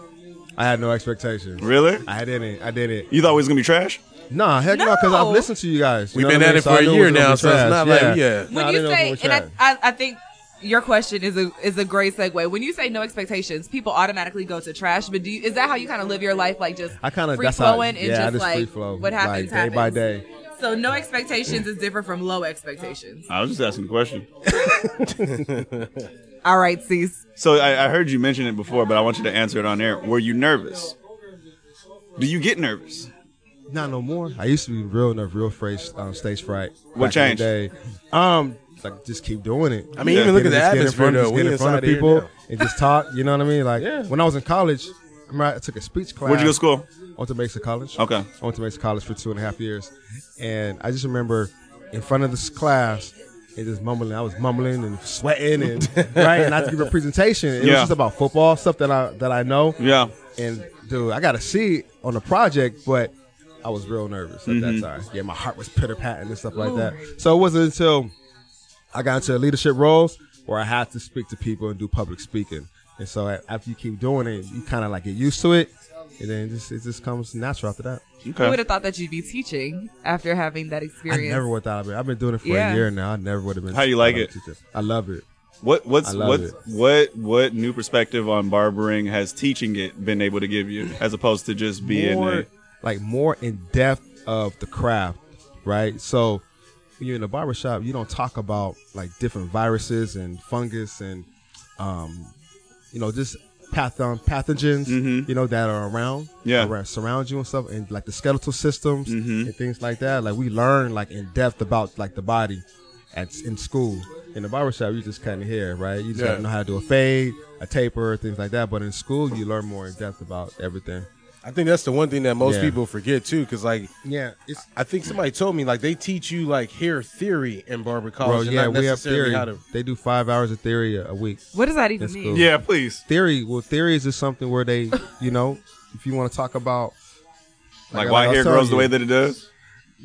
[SPEAKER 5] I had no expectations.
[SPEAKER 6] Really?
[SPEAKER 5] I didn't. I didn't.
[SPEAKER 6] You thought it was gonna be trash?
[SPEAKER 5] Nah, heck no, because
[SPEAKER 3] No.
[SPEAKER 5] I've listened to you guys. you
[SPEAKER 1] We've
[SPEAKER 5] know
[SPEAKER 1] been
[SPEAKER 5] what I
[SPEAKER 1] at
[SPEAKER 5] mean?
[SPEAKER 1] it
[SPEAKER 5] So
[SPEAKER 1] for
[SPEAKER 5] I
[SPEAKER 1] a
[SPEAKER 5] knew it
[SPEAKER 1] year
[SPEAKER 5] was gonna
[SPEAKER 1] now,
[SPEAKER 5] be
[SPEAKER 1] so it's
[SPEAKER 5] trash.
[SPEAKER 1] not like- yeah.
[SPEAKER 5] Nah,
[SPEAKER 3] when
[SPEAKER 5] I
[SPEAKER 3] you
[SPEAKER 5] didn't know it
[SPEAKER 3] say,
[SPEAKER 5] was
[SPEAKER 3] and I,
[SPEAKER 5] trash.
[SPEAKER 3] I, I think your question is a is a great segue. When you say no expectations, people automatically go to trash. But do you, is that how you kind of live your life, like just
[SPEAKER 5] I kind of
[SPEAKER 3] free
[SPEAKER 5] that's how,
[SPEAKER 3] flowing and
[SPEAKER 5] yeah, I
[SPEAKER 3] just,
[SPEAKER 5] just
[SPEAKER 3] like
[SPEAKER 5] free flow,
[SPEAKER 3] what happens
[SPEAKER 5] like, day by
[SPEAKER 3] happens?
[SPEAKER 5] day.
[SPEAKER 3] So no expectations is different from low expectations.
[SPEAKER 6] I was just asking a question.
[SPEAKER 3] All right, cease.
[SPEAKER 6] So I, I heard you mention it before, but I want you to answer it on air. Were you nervous? Do you get nervous?
[SPEAKER 5] Not no more. I used to be real enough, real face, um, stage fright.
[SPEAKER 6] What
[SPEAKER 5] back in
[SPEAKER 6] changed?
[SPEAKER 5] the Day. Um, it's like just keep doing it.
[SPEAKER 1] I mean,
[SPEAKER 6] Yeah.
[SPEAKER 1] even look at the
[SPEAKER 5] Just get in
[SPEAKER 1] atmosphere
[SPEAKER 5] front-
[SPEAKER 1] though.
[SPEAKER 5] just
[SPEAKER 1] We
[SPEAKER 5] get in front
[SPEAKER 1] inside
[SPEAKER 5] of
[SPEAKER 1] here
[SPEAKER 5] people
[SPEAKER 1] now.
[SPEAKER 5] and just talk. You know what I mean? Like
[SPEAKER 1] Yeah.
[SPEAKER 5] when I was in college, I, remember I took a speech class.
[SPEAKER 6] Where'd you go to school?
[SPEAKER 5] I went to Mesa College.
[SPEAKER 6] Okay.
[SPEAKER 5] I went to Mesa College for two and a half years, and I just remember in front of this class. And just mumbling, I was mumbling and sweating, and right, and I had to give a presentation. It
[SPEAKER 6] Yeah.
[SPEAKER 5] was just about football stuff that I that I know,
[SPEAKER 6] Yeah.
[SPEAKER 5] and dude, I got a seat on the project, but I was real nervous at
[SPEAKER 6] Mm-hmm.
[SPEAKER 5] that time. Yeah, my heart was pitter patting and stuff like that. So it wasn't until I got into leadership roles where I had to speak to people and do public speaking. And so a- after you keep doing it, you kind of like get used to it, and then it just, it just comes natural after that.
[SPEAKER 3] Who
[SPEAKER 6] Okay.
[SPEAKER 3] would have thought that you'd be teaching after having that experience?
[SPEAKER 5] I never would have thought of it. I've been doing it for
[SPEAKER 3] Yeah.
[SPEAKER 5] a year now. I never would have been.
[SPEAKER 6] How you like it?
[SPEAKER 5] I love it.
[SPEAKER 6] What what's
[SPEAKER 5] I love
[SPEAKER 6] what
[SPEAKER 5] it.
[SPEAKER 6] what what new perspective on barbering has teaching it been able to give you as opposed to just being
[SPEAKER 5] more,
[SPEAKER 6] a
[SPEAKER 5] like more in depth of the craft, right? So when you're in a barbershop, you don't talk about like different viruses and fungus and um, you know, just pathon pathogens,
[SPEAKER 6] Mhm.
[SPEAKER 5] you know, that are around,
[SPEAKER 6] Yeah.
[SPEAKER 5] around, surround you and stuff, and like the skeletal systems and things like that. Like we learn like in depth about like the body at in school. In the barbershop, you just kind of hear, right? You just
[SPEAKER 1] Yeah.
[SPEAKER 5] gotta know how to do a fade, a taper, things like that. But in school, you learn more in depth about everything.
[SPEAKER 1] I think that's the one thing that most
[SPEAKER 5] Yeah.
[SPEAKER 1] people forget too, because like
[SPEAKER 5] Yeah, it's
[SPEAKER 1] I think somebody told me like they teach you like hair theory in barber
[SPEAKER 5] Bro,
[SPEAKER 1] college, and
[SPEAKER 5] yeah,
[SPEAKER 1] Oh, not
[SPEAKER 5] we have
[SPEAKER 1] necessarily
[SPEAKER 5] theory.
[SPEAKER 1] how to.
[SPEAKER 5] They do five hours of theory a a week.
[SPEAKER 3] What does that even
[SPEAKER 5] That's
[SPEAKER 3] mean?
[SPEAKER 5] cool.
[SPEAKER 6] Yeah, please.
[SPEAKER 5] Theory, well, theory is just something where they, you know, if you want to talk about
[SPEAKER 6] Like,
[SPEAKER 5] I-
[SPEAKER 6] why
[SPEAKER 5] I was
[SPEAKER 6] hair
[SPEAKER 5] telling
[SPEAKER 6] grows the
[SPEAKER 5] you.
[SPEAKER 6] way that it does?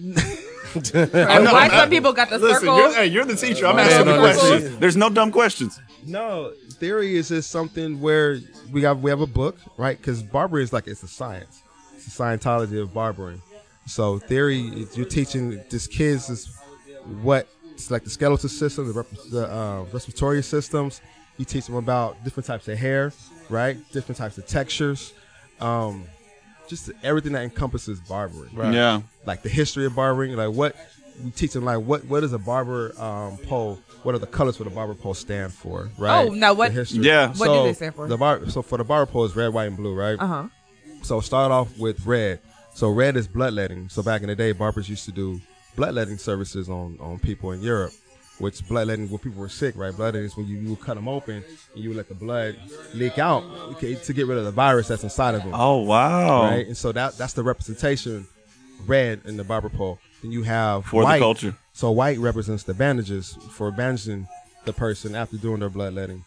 [SPEAKER 3] Right? Why some people got the
[SPEAKER 6] Listen,
[SPEAKER 3] circle?
[SPEAKER 6] you're, hey, you're the teacher. I'm
[SPEAKER 1] Man,
[SPEAKER 6] asking the
[SPEAKER 1] no, this
[SPEAKER 6] questions. There's no dumb questions.
[SPEAKER 5] No, theory is just something where we have we have a book, right? Because barbering is like it's a science. It's a Scientology of barbering. So theory, is you're teaching these kids is what it's like the skeletal system, the, rep- the uh, respiratory systems. You teach them about different types of hair, right? Different types of textures, um, just everything that encompasses barbering
[SPEAKER 6] Yeah.
[SPEAKER 5] like the history of barbering, like what we teach them, like what what does a barber um, pole? What are the colors for the barber pole stand for? Right.
[SPEAKER 3] Oh, now what-
[SPEAKER 5] The history.
[SPEAKER 6] Yeah.
[SPEAKER 3] What do they stand for?
[SPEAKER 5] The bar, so for the barber pole is red, white, and blue, right?
[SPEAKER 3] Uh huh.
[SPEAKER 5] So start off with red. So red is bloodletting. So back in the day, barbers used to do bloodletting services on on people in Europe. Which bloodletting when people were sick, right? Bloodletting is when you, you would cut them open and you would let the blood leak out okay, to get rid of the virus that's inside of them
[SPEAKER 6] Oh wow.
[SPEAKER 5] right? And so that that's the representation red in the barber pole. Then you have
[SPEAKER 6] For the
[SPEAKER 5] white.
[SPEAKER 6] culture.
[SPEAKER 5] So white represents the bandages for bandaging the person after doing their bloodletting.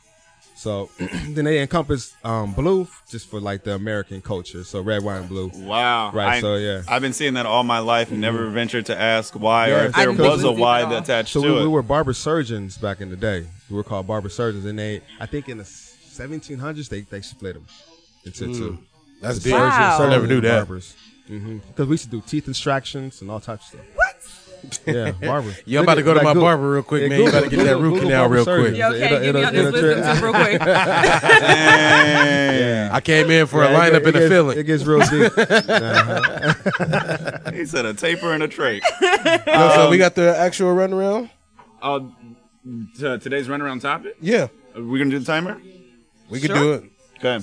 [SPEAKER 5] So then they encompass um, blue just for like the American culture. So red, white, and blue.
[SPEAKER 6] Wow.
[SPEAKER 5] Right,
[SPEAKER 6] I-
[SPEAKER 5] so, yeah. Mm-hmm.
[SPEAKER 6] I've been seeing that all my life and never ventured to ask why
[SPEAKER 5] Yeah,
[SPEAKER 6] or if there
[SPEAKER 3] I didn't
[SPEAKER 6] was a
[SPEAKER 3] believe it
[SPEAKER 6] why
[SPEAKER 3] at all.
[SPEAKER 6] attached
[SPEAKER 5] So
[SPEAKER 6] to
[SPEAKER 5] we,
[SPEAKER 6] it.
[SPEAKER 5] we were barber surgeons back in the day. We were called barber surgeons, and they I think in the 1700s they they split them into
[SPEAKER 6] Hmm.
[SPEAKER 5] two.
[SPEAKER 1] That's big.
[SPEAKER 3] Wow.
[SPEAKER 1] I never knew that. Mm-hmm.
[SPEAKER 5] Barbers. hmm Because we used to do teeth extractions and all types of stuff.
[SPEAKER 3] What?
[SPEAKER 5] Yeah, barber.
[SPEAKER 1] Yo, I'm about to go to
[SPEAKER 5] Like
[SPEAKER 1] my
[SPEAKER 5] Google-
[SPEAKER 1] barber real quick,
[SPEAKER 5] Yeah,
[SPEAKER 1] man. You
[SPEAKER 5] Google-
[SPEAKER 1] gotta get that
[SPEAKER 5] Google-
[SPEAKER 1] root
[SPEAKER 5] Google
[SPEAKER 1] canal
[SPEAKER 5] barber
[SPEAKER 1] real quick.
[SPEAKER 5] surgeons.
[SPEAKER 3] Yo, okay,
[SPEAKER 5] It'll-
[SPEAKER 3] give me
[SPEAKER 5] it'll-
[SPEAKER 3] all this
[SPEAKER 5] it'll
[SPEAKER 3] wisdom
[SPEAKER 5] trip-
[SPEAKER 3] just real quick.
[SPEAKER 6] Dang.
[SPEAKER 1] I came in for
[SPEAKER 5] Yeah,
[SPEAKER 1] a lineup
[SPEAKER 5] it,
[SPEAKER 1] and
[SPEAKER 5] gets-
[SPEAKER 1] a feeling.
[SPEAKER 5] It gets real deep.
[SPEAKER 6] he said a taper and a trait.
[SPEAKER 1] Yo, so
[SPEAKER 5] um,
[SPEAKER 1] we got the actual runaround.
[SPEAKER 6] Uh, t- today's runaround topic.
[SPEAKER 1] Yeah,
[SPEAKER 6] Are we gonna do the timer?
[SPEAKER 1] we can
[SPEAKER 3] Sure.
[SPEAKER 1] do it.
[SPEAKER 6] Okay.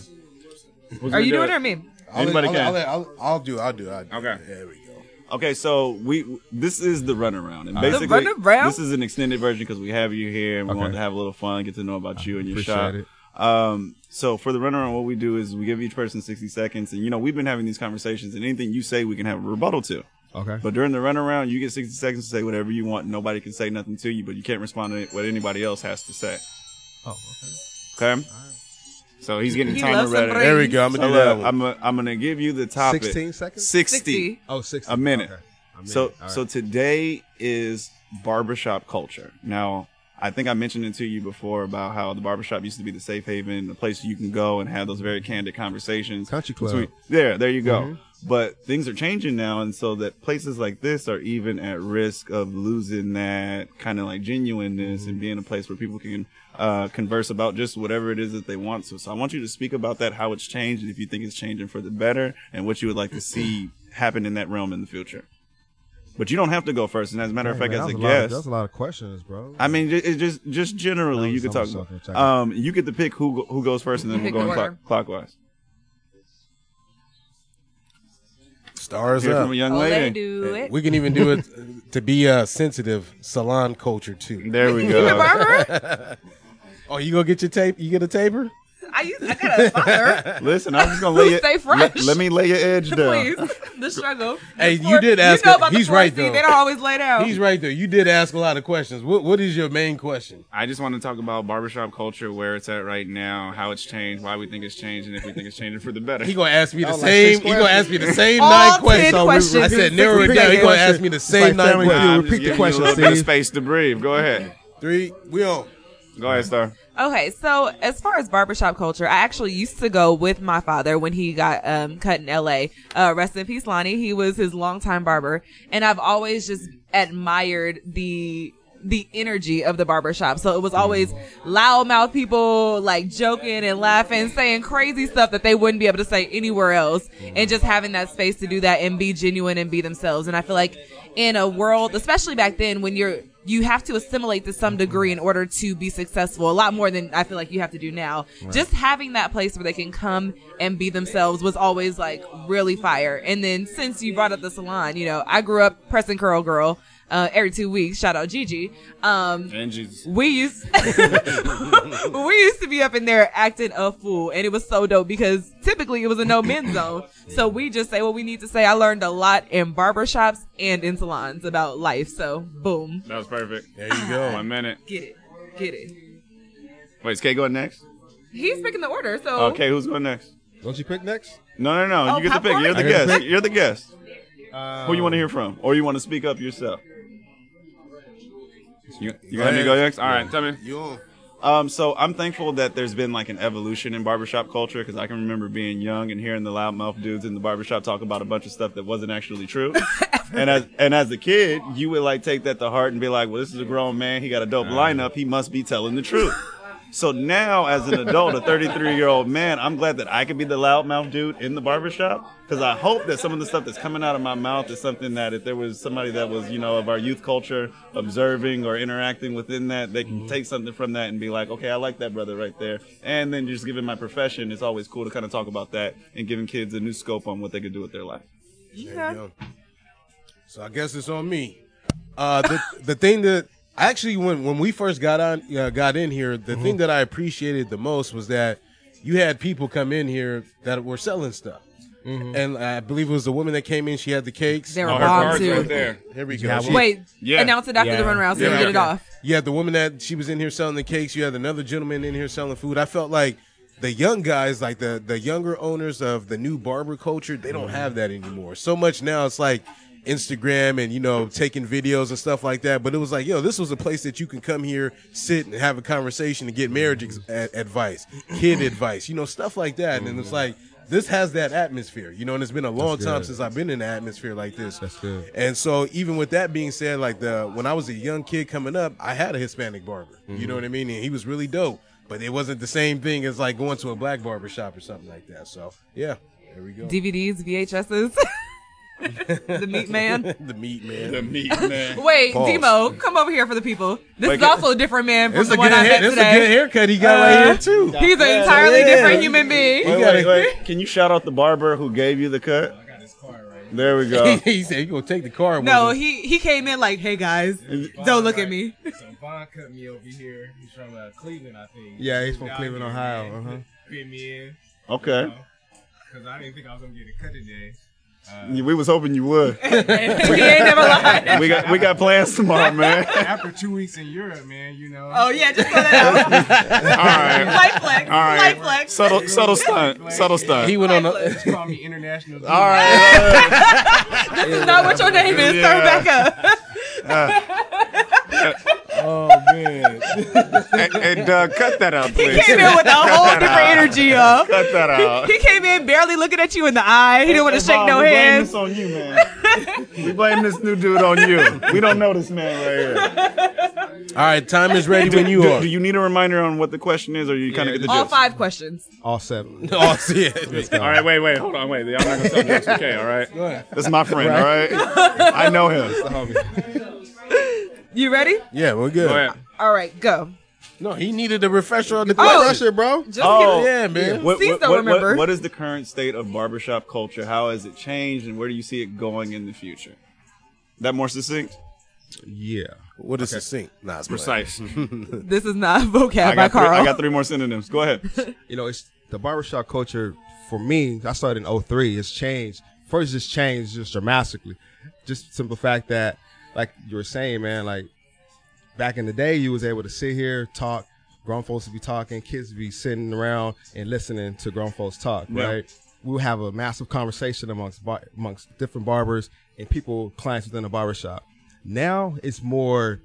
[SPEAKER 3] Are you doing it or me?
[SPEAKER 1] I'll
[SPEAKER 6] Anybody
[SPEAKER 1] let,
[SPEAKER 6] can.
[SPEAKER 1] I'll, let- I'll, I'll, I'll do. I'll do. I'll do.
[SPEAKER 6] Okay.
[SPEAKER 1] There we go.
[SPEAKER 6] Okay, so we this is the runaround, and basically
[SPEAKER 3] runaround?
[SPEAKER 6] this is an extended version because we have you here and we wanted to have a little fun, get to know about you and your
[SPEAKER 5] appreciate
[SPEAKER 6] shop.
[SPEAKER 5] it.
[SPEAKER 6] Um, so for the runaround, what we do is we give each person sixty seconds, and you know we've been having these conversations, and anything you say, we can have a rebuttal to.
[SPEAKER 5] Okay.
[SPEAKER 6] But during the runaround, you get sixty seconds to say whatever you want. Nobody can say nothing to you, but you can't respond to what anybody else has to say. Oh, okay. Okay. So he's getting
[SPEAKER 3] He
[SPEAKER 6] timer
[SPEAKER 3] loves some
[SPEAKER 6] ready.
[SPEAKER 3] brain.
[SPEAKER 1] There we go. uh, I'm
[SPEAKER 6] So
[SPEAKER 1] gonna do
[SPEAKER 6] look,
[SPEAKER 1] that one.
[SPEAKER 6] I'm a, I'm gonna give you the topic.
[SPEAKER 5] 16 seconds?
[SPEAKER 6] 60.
[SPEAKER 3] 60.
[SPEAKER 5] Oh, six.
[SPEAKER 6] A minute.
[SPEAKER 5] Okay. A
[SPEAKER 6] So
[SPEAKER 5] minute. All right.
[SPEAKER 6] so today is barbershop culture. Now, I think I mentioned it to you before about how the barbershop used to be the safe haven, the place you can go and have those very candid conversations.
[SPEAKER 5] Country club. Mm-hmm.
[SPEAKER 6] there, there you go. But things are changing now, and so that places like this are even at risk of losing that kind of like genuineness
[SPEAKER 5] Mm-hmm.
[SPEAKER 6] and being a place where people can uh, converse about just whatever it is that they want to. So I want you to speak about that, how it's changed, and if you think it's changing for the better, and what you would like to see happen in that realm in the future. But you don't have to go first. And as a matter
[SPEAKER 5] Dang,
[SPEAKER 6] of fact,
[SPEAKER 5] man,
[SPEAKER 6] as a
[SPEAKER 5] that was lot of-
[SPEAKER 6] guest,
[SPEAKER 5] That's a lot of questions, bro.
[SPEAKER 6] I mean, ju- it's just just generally,
[SPEAKER 5] That
[SPEAKER 6] you
[SPEAKER 5] was
[SPEAKER 6] can talk.
[SPEAKER 5] almost something to check out.
[SPEAKER 6] Um, you get to pick who go- who goes first, and then we'll
[SPEAKER 3] Pick
[SPEAKER 6] go in
[SPEAKER 3] the
[SPEAKER 6] clock,
[SPEAKER 3] order.
[SPEAKER 6] clockwise.
[SPEAKER 1] Stars
[SPEAKER 6] Here
[SPEAKER 1] up.
[SPEAKER 6] from a young
[SPEAKER 3] Oh, they
[SPEAKER 6] lady.
[SPEAKER 3] do it.
[SPEAKER 1] We can even do it uh, to be uh, sensitive salon culture too.
[SPEAKER 6] There we
[SPEAKER 3] You a
[SPEAKER 6] go.
[SPEAKER 3] barber?
[SPEAKER 1] Oh, you gonna get your tape? You get a taper?
[SPEAKER 3] I, used, I got a father.
[SPEAKER 6] Listen, I'm just gonna lay it.
[SPEAKER 3] Stay fresh.
[SPEAKER 6] Let, let me lay your edge down.
[SPEAKER 3] Please. The struggle.
[SPEAKER 1] Hey,
[SPEAKER 3] The
[SPEAKER 1] you
[SPEAKER 3] four-
[SPEAKER 1] did ask
[SPEAKER 3] You know
[SPEAKER 1] him.
[SPEAKER 3] about the
[SPEAKER 1] He's
[SPEAKER 3] four
[SPEAKER 1] right,
[SPEAKER 3] C,
[SPEAKER 1] though.
[SPEAKER 3] They don't always lay down.
[SPEAKER 1] Oh. He's right there. You did ask a lot of questions. What What is your main question?
[SPEAKER 6] I just want to talk about barbershop culture, where it's at right now, how it's changed, why we think it's changed, and if we think it's changing for the better.
[SPEAKER 1] He gonna ask me the
[SPEAKER 5] That was like six
[SPEAKER 1] same. he gonna
[SPEAKER 5] questions.
[SPEAKER 1] ask me the same
[SPEAKER 3] All
[SPEAKER 1] nine
[SPEAKER 3] ten
[SPEAKER 1] questions.
[SPEAKER 3] So we- questions.
[SPEAKER 1] I said
[SPEAKER 3] Repeat
[SPEAKER 1] narrow it
[SPEAKER 3] the
[SPEAKER 1] down. He gonna
[SPEAKER 5] question.
[SPEAKER 1] ask me the
[SPEAKER 5] It's
[SPEAKER 1] same
[SPEAKER 5] like
[SPEAKER 1] nine
[SPEAKER 5] Family
[SPEAKER 1] questions.
[SPEAKER 5] Feud.
[SPEAKER 6] Nah, I'm
[SPEAKER 5] repeat
[SPEAKER 6] just
[SPEAKER 5] the
[SPEAKER 6] giving
[SPEAKER 5] question,
[SPEAKER 6] you a little bit of
[SPEAKER 5] Steve.
[SPEAKER 6] space to breathe. Go ahead.
[SPEAKER 1] Three. We on.
[SPEAKER 6] Go ahead, Star.
[SPEAKER 3] Okay, so as far as barbershop culture, I actually used to go with my father when he got um, cut in LA. Uh, rest in peace, Lonnie. He was his longtime barber. And I've always just admired the the energy of the barbershop. So it was always loudmouth people like joking and laughing, saying crazy stuff that they wouldn't be able to say anywhere else. And just having that space to do that and be genuine and be themselves. And I feel like in a world, especially back then when you're you have to assimilate to some degree in order to be successful a lot more than i feel like you have to do now just having that place where they can come and be themselves was always like really fire and then since you brought up the salon you know i grew up press and curl girl uh, every two weeks shout out gigi um,
[SPEAKER 6] And Jesus.
[SPEAKER 3] we used we used to be up in there acting a fool, and it was so dope because typically it was a no men zone. So we just say what we need to say. I learned a lot in barbershops and in salons about life. So boom,
[SPEAKER 6] That was perfect.
[SPEAKER 1] There you go.
[SPEAKER 6] One minute.
[SPEAKER 3] get it, get it.
[SPEAKER 6] Wait, is K going next?
[SPEAKER 3] He's picking the order, so
[SPEAKER 6] Okay, who's going next?
[SPEAKER 5] Don't you pick next?
[SPEAKER 6] No, no, no.
[SPEAKER 3] Oh,
[SPEAKER 6] you get to pick.
[SPEAKER 3] popcorn?
[SPEAKER 6] You're the
[SPEAKER 5] I get to
[SPEAKER 6] guest.
[SPEAKER 5] pick?
[SPEAKER 6] You're the guest. Who you want to hear from, or you want to speak up yourself? You, you got me
[SPEAKER 1] ahead.
[SPEAKER 6] go next. All right, tell me.
[SPEAKER 5] You on?
[SPEAKER 6] Um, so I'm thankful that there's been like an evolution in barbershop culture because I can remember being young and hearing the loudmouth dudes in the barbershop talk about a bunch of stuff that wasn't actually true. and as and as a kid, you would like take that to heart and be like, "Well, this is a grown man. He got a dope lineup. He must be telling the truth." So now, as an adult, a 33 year old man, I'm glad that I can be the loudmouth dude in the barbershop because I hope that some of the stuff that's coming out of my mouth is something that if there was somebody that was, you know, of our youth culture observing or interacting within that, they can take something from that and be like, okay, I like that brother right there. And then just given my profession, it's always cool to kind of talk about that and giving kids a new scope on what they could do with their life.
[SPEAKER 1] There you go. So I guess it's on me. Uh, the the thing that actually when when we first got on uh, got in here, the
[SPEAKER 3] Mm-hmm.
[SPEAKER 1] thing that I appreciated the most was that you had people come in here that were selling stuff.
[SPEAKER 3] Mm-hmm.
[SPEAKER 1] And I believe it was the woman that came in. She had the cakes.
[SPEAKER 3] They were
[SPEAKER 6] Oh, Her
[SPEAKER 3] bomb
[SPEAKER 6] card's
[SPEAKER 3] too.
[SPEAKER 6] right there.
[SPEAKER 1] Here we go.
[SPEAKER 5] Yeah,
[SPEAKER 1] She-
[SPEAKER 3] Wait,
[SPEAKER 6] Yeah.
[SPEAKER 3] announce it after the
[SPEAKER 5] Yeah.
[SPEAKER 3] runaround so we
[SPEAKER 6] Yeah.
[SPEAKER 3] get it off.
[SPEAKER 1] You had the woman that she was in here selling the cakes. You had another gentleman in here selling food. I felt like the young guys, like the the younger owners of the new barber culture, they don't have that anymore. So much now, it's like Instagram and you know taking videos and stuff like that. But it was like, yo, this was a place that you can come here, sit and have a conversation and get marriage ex- ad- advice, kid advice, you know, stuff like that. And it's like. This has that atmosphere, you know, and it's been a long
[SPEAKER 5] Mm-hmm. That's
[SPEAKER 1] time
[SPEAKER 5] good.
[SPEAKER 1] since I've been in an atmosphere like this.
[SPEAKER 5] That's good.
[SPEAKER 1] And so, even with that being said, like the when I was a young kid coming up, I had a Hispanic barber. You know what I mean? And he was really dope, but it wasn't the same thing as like going to a black barber shop or something like that. So, yeah, there we go.
[SPEAKER 3] DVDs, VHSs. the meat man.
[SPEAKER 1] the meat man.
[SPEAKER 6] meat, man.
[SPEAKER 3] Wait,
[SPEAKER 1] Pause.
[SPEAKER 3] Demo, come over here for the people. This
[SPEAKER 6] Wait,
[SPEAKER 3] is
[SPEAKER 6] get-
[SPEAKER 3] also a different man from
[SPEAKER 1] It's
[SPEAKER 3] the
[SPEAKER 1] a
[SPEAKER 3] one
[SPEAKER 1] good.
[SPEAKER 3] I
[SPEAKER 1] Hair,
[SPEAKER 3] met
[SPEAKER 1] it's a good
[SPEAKER 3] today. Uh-huh.
[SPEAKER 1] haircut he got right here too.
[SPEAKER 3] He's an entirely
[SPEAKER 1] Yeah.
[SPEAKER 3] different human being.
[SPEAKER 6] Wait, wait, wait. Can you shout out the barber who gave you the cut? There we go.
[SPEAKER 1] he said, "You gonna take the car?" with
[SPEAKER 3] No,
[SPEAKER 1] him."
[SPEAKER 3] he he came in like, hey guys, don't look at me.
[SPEAKER 8] So Vaughn cut me over here. He's from uh, Cleveland, I think.
[SPEAKER 5] Yeah, he's from
[SPEAKER 8] Down
[SPEAKER 5] Cleveland,
[SPEAKER 8] here,
[SPEAKER 5] Ohio.
[SPEAKER 8] man.
[SPEAKER 5] Uh-huh.
[SPEAKER 8] Fit me in
[SPEAKER 6] Okay.
[SPEAKER 8] because I didn't think I was gonna get a cut today.
[SPEAKER 6] We was hoping you would.
[SPEAKER 3] he ain't never lied.
[SPEAKER 6] We got we got plans tomorrow, man.
[SPEAKER 8] After two weeks in Europe, man, you know.
[SPEAKER 3] Oh yeah, just throw that out.
[SPEAKER 6] All right.
[SPEAKER 3] Light flex,
[SPEAKER 6] All right.
[SPEAKER 3] light flex.
[SPEAKER 6] Subtle, subtle stunt. Subtle stunt.
[SPEAKER 1] he went on. A,
[SPEAKER 8] They call me international.
[SPEAKER 6] All right.
[SPEAKER 3] This is not what your name is. Throw it back up.
[SPEAKER 1] oh man,
[SPEAKER 6] and and uh, cut that out,
[SPEAKER 3] He
[SPEAKER 6] please.
[SPEAKER 3] came in with a whole different energy, yo.
[SPEAKER 6] Cut that out.
[SPEAKER 3] He came in barely looking at you in the eye. He didn't want to shake no
[SPEAKER 6] we
[SPEAKER 3] hands.
[SPEAKER 6] blame this on you, man. we blame this new dude on you. We don't know this man right here.
[SPEAKER 1] all right, time is ready when you
[SPEAKER 6] do,
[SPEAKER 1] are.
[SPEAKER 6] do you need a reminder on what the question is, or you kind of get the
[SPEAKER 3] All
[SPEAKER 6] gist?
[SPEAKER 3] five questions.
[SPEAKER 5] All seven.
[SPEAKER 1] oh, see it.
[SPEAKER 6] All right, wait, wait, hold on, wait. I'm not gonna tell you it's okay, all right?
[SPEAKER 1] ahead.
[SPEAKER 6] That's my friend, all right? I know him.
[SPEAKER 3] You ready?
[SPEAKER 1] Yeah, we're good.
[SPEAKER 6] Go ahead.
[SPEAKER 3] All right, go.
[SPEAKER 1] No, he needed a refresher on the
[SPEAKER 3] Oh.
[SPEAKER 1] question, bro.
[SPEAKER 3] Just
[SPEAKER 6] Oh.
[SPEAKER 1] Yeah, man.
[SPEAKER 6] What,
[SPEAKER 3] Cease
[SPEAKER 6] what-
[SPEAKER 3] don't
[SPEAKER 6] what- what-
[SPEAKER 3] remember.
[SPEAKER 6] what is the current state of barbershop culture? How has it changed, and where do you see it going in the future? That more succinct,
[SPEAKER 5] Yeah.
[SPEAKER 1] What is the sink? Nah, it's precise.
[SPEAKER 6] precise.
[SPEAKER 3] give it. This is not vocab
[SPEAKER 6] I
[SPEAKER 3] by
[SPEAKER 6] got three,
[SPEAKER 3] Carl.
[SPEAKER 6] I got three more synonyms. Go ahead.
[SPEAKER 5] You know, it's the barbershop culture for me. I started in 03. It's changed. First, it's changed just dramatically. Just simple fact that, like you were saying, man, like back in the day, you was able to sit here, talk. Grown folks would be talking, kids would be sitting around and listening to grown folks talk,
[SPEAKER 6] Yeah.
[SPEAKER 5] right? We would have a massive conversation amongst bar- amongst different barbers and people, clients within the barbershop. Now it's more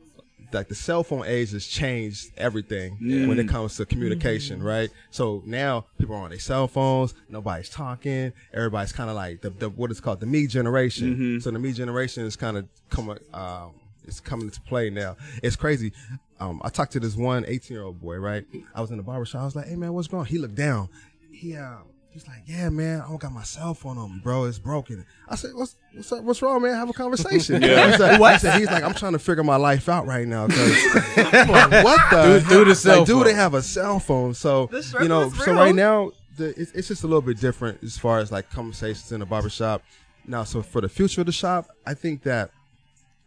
[SPEAKER 5] like the cell phone age has changed everything when it comes to communication, right? So now people are on their cell phones, nobody's talking, everybody's kind of like the, the what is called the me generation. So the me generation is kind of coming, um, it's coming into play now. It's crazy. Um, I talked to this one 18 year old boy, right? I was in the barber shop. I was like, hey man, what's going on? He looked down. He, uh, He's like, yeah, man, I don't got my cell phone on me, bro. It's broken. I said, what's what's, up? what's wrong, man? Have a conversation. He's like, he said, he's like, I'm trying to figure my life out right now. 'cause- I'm like, what the?
[SPEAKER 1] Dude, dude, the cell
[SPEAKER 5] like, dude,
[SPEAKER 1] phone.
[SPEAKER 5] they have a cell phone. So
[SPEAKER 3] The struggle
[SPEAKER 5] you know,
[SPEAKER 3] is
[SPEAKER 5] so
[SPEAKER 3] real.
[SPEAKER 5] right now the, it's, it's just a little bit different as far as like conversations in a barbershop. Now, so for the future of the shop, I think that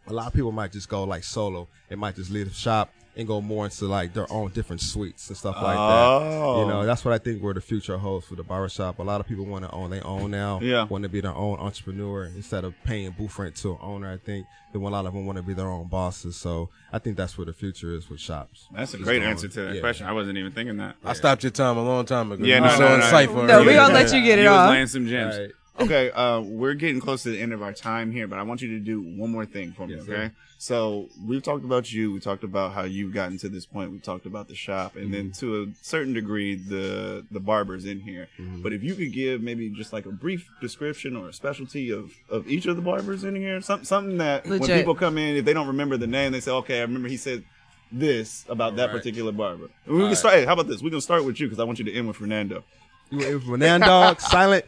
[SPEAKER 5] a lot of people might just go like solo. They might just leave the shop and go more into like their own different suites and stuff like that.
[SPEAKER 6] Oh.
[SPEAKER 5] You know, that's what I think where the future holds for the barbershop. A lot of people want to own their own now.
[SPEAKER 6] Yeah.
[SPEAKER 5] Want to be their own entrepreneur instead of paying booth rent to an owner. I think then a lot of them want to be their own bosses. So I think that's where the future is with shops.
[SPEAKER 6] That's a
[SPEAKER 5] It's
[SPEAKER 6] great
[SPEAKER 5] going-
[SPEAKER 6] answer to that
[SPEAKER 5] yeah.
[SPEAKER 6] question. I wasn't even thinking that.
[SPEAKER 1] I stopped your time a long time ago.
[SPEAKER 6] Yeah,
[SPEAKER 1] Yeah,
[SPEAKER 6] no,
[SPEAKER 1] no, so
[SPEAKER 6] no, no.
[SPEAKER 1] insightful.
[SPEAKER 3] no,
[SPEAKER 1] earlier.
[SPEAKER 3] we gonna let you get it
[SPEAKER 6] You was
[SPEAKER 3] off.
[SPEAKER 6] laying some gems.
[SPEAKER 5] Right.
[SPEAKER 6] Okay, uh, we're getting close to the end of our time here, but I want you to do one more thing for me,
[SPEAKER 5] Yes,
[SPEAKER 6] okay?
[SPEAKER 5] sir.
[SPEAKER 6] So we've talked about you, we talked about how you've gotten to this point, we talked about the shop, and then
[SPEAKER 5] Mm-hmm.
[SPEAKER 6] to a certain degree the the barbers in here.
[SPEAKER 5] Mm-hmm.
[SPEAKER 6] But if you could give maybe just like a brief description or a specialty of, of each of the barbers in here, some, something that when
[SPEAKER 3] Legit.
[SPEAKER 6] people come in, if they don't remember the name, they say, okay, I remember he said this about that
[SPEAKER 5] Alright.
[SPEAKER 6] particular barber. And we can
[SPEAKER 5] Alright.
[SPEAKER 6] start. hey, How about this? We can start with you because I want you to end with Fernando.
[SPEAKER 5] You were in for Nan Dog, silent.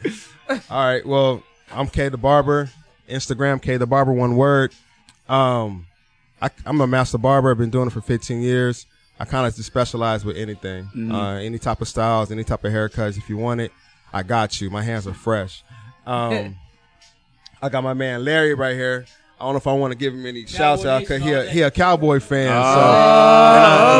[SPEAKER 5] All right, well, I'm K the Barber. Instagram K the Barber, one word. Um, I, I'm a master barber. I've been doing it for 15 years. I kind of just specialize with anything,
[SPEAKER 3] Mm.
[SPEAKER 5] uh, any type of styles, any type of haircuts. If you want it, I got you. My hands are fresh. Um, I got my man Larry right here. I don't know if I want to give him any shouts out because he a, he a cowboy fan.
[SPEAKER 3] Oh,
[SPEAKER 5] so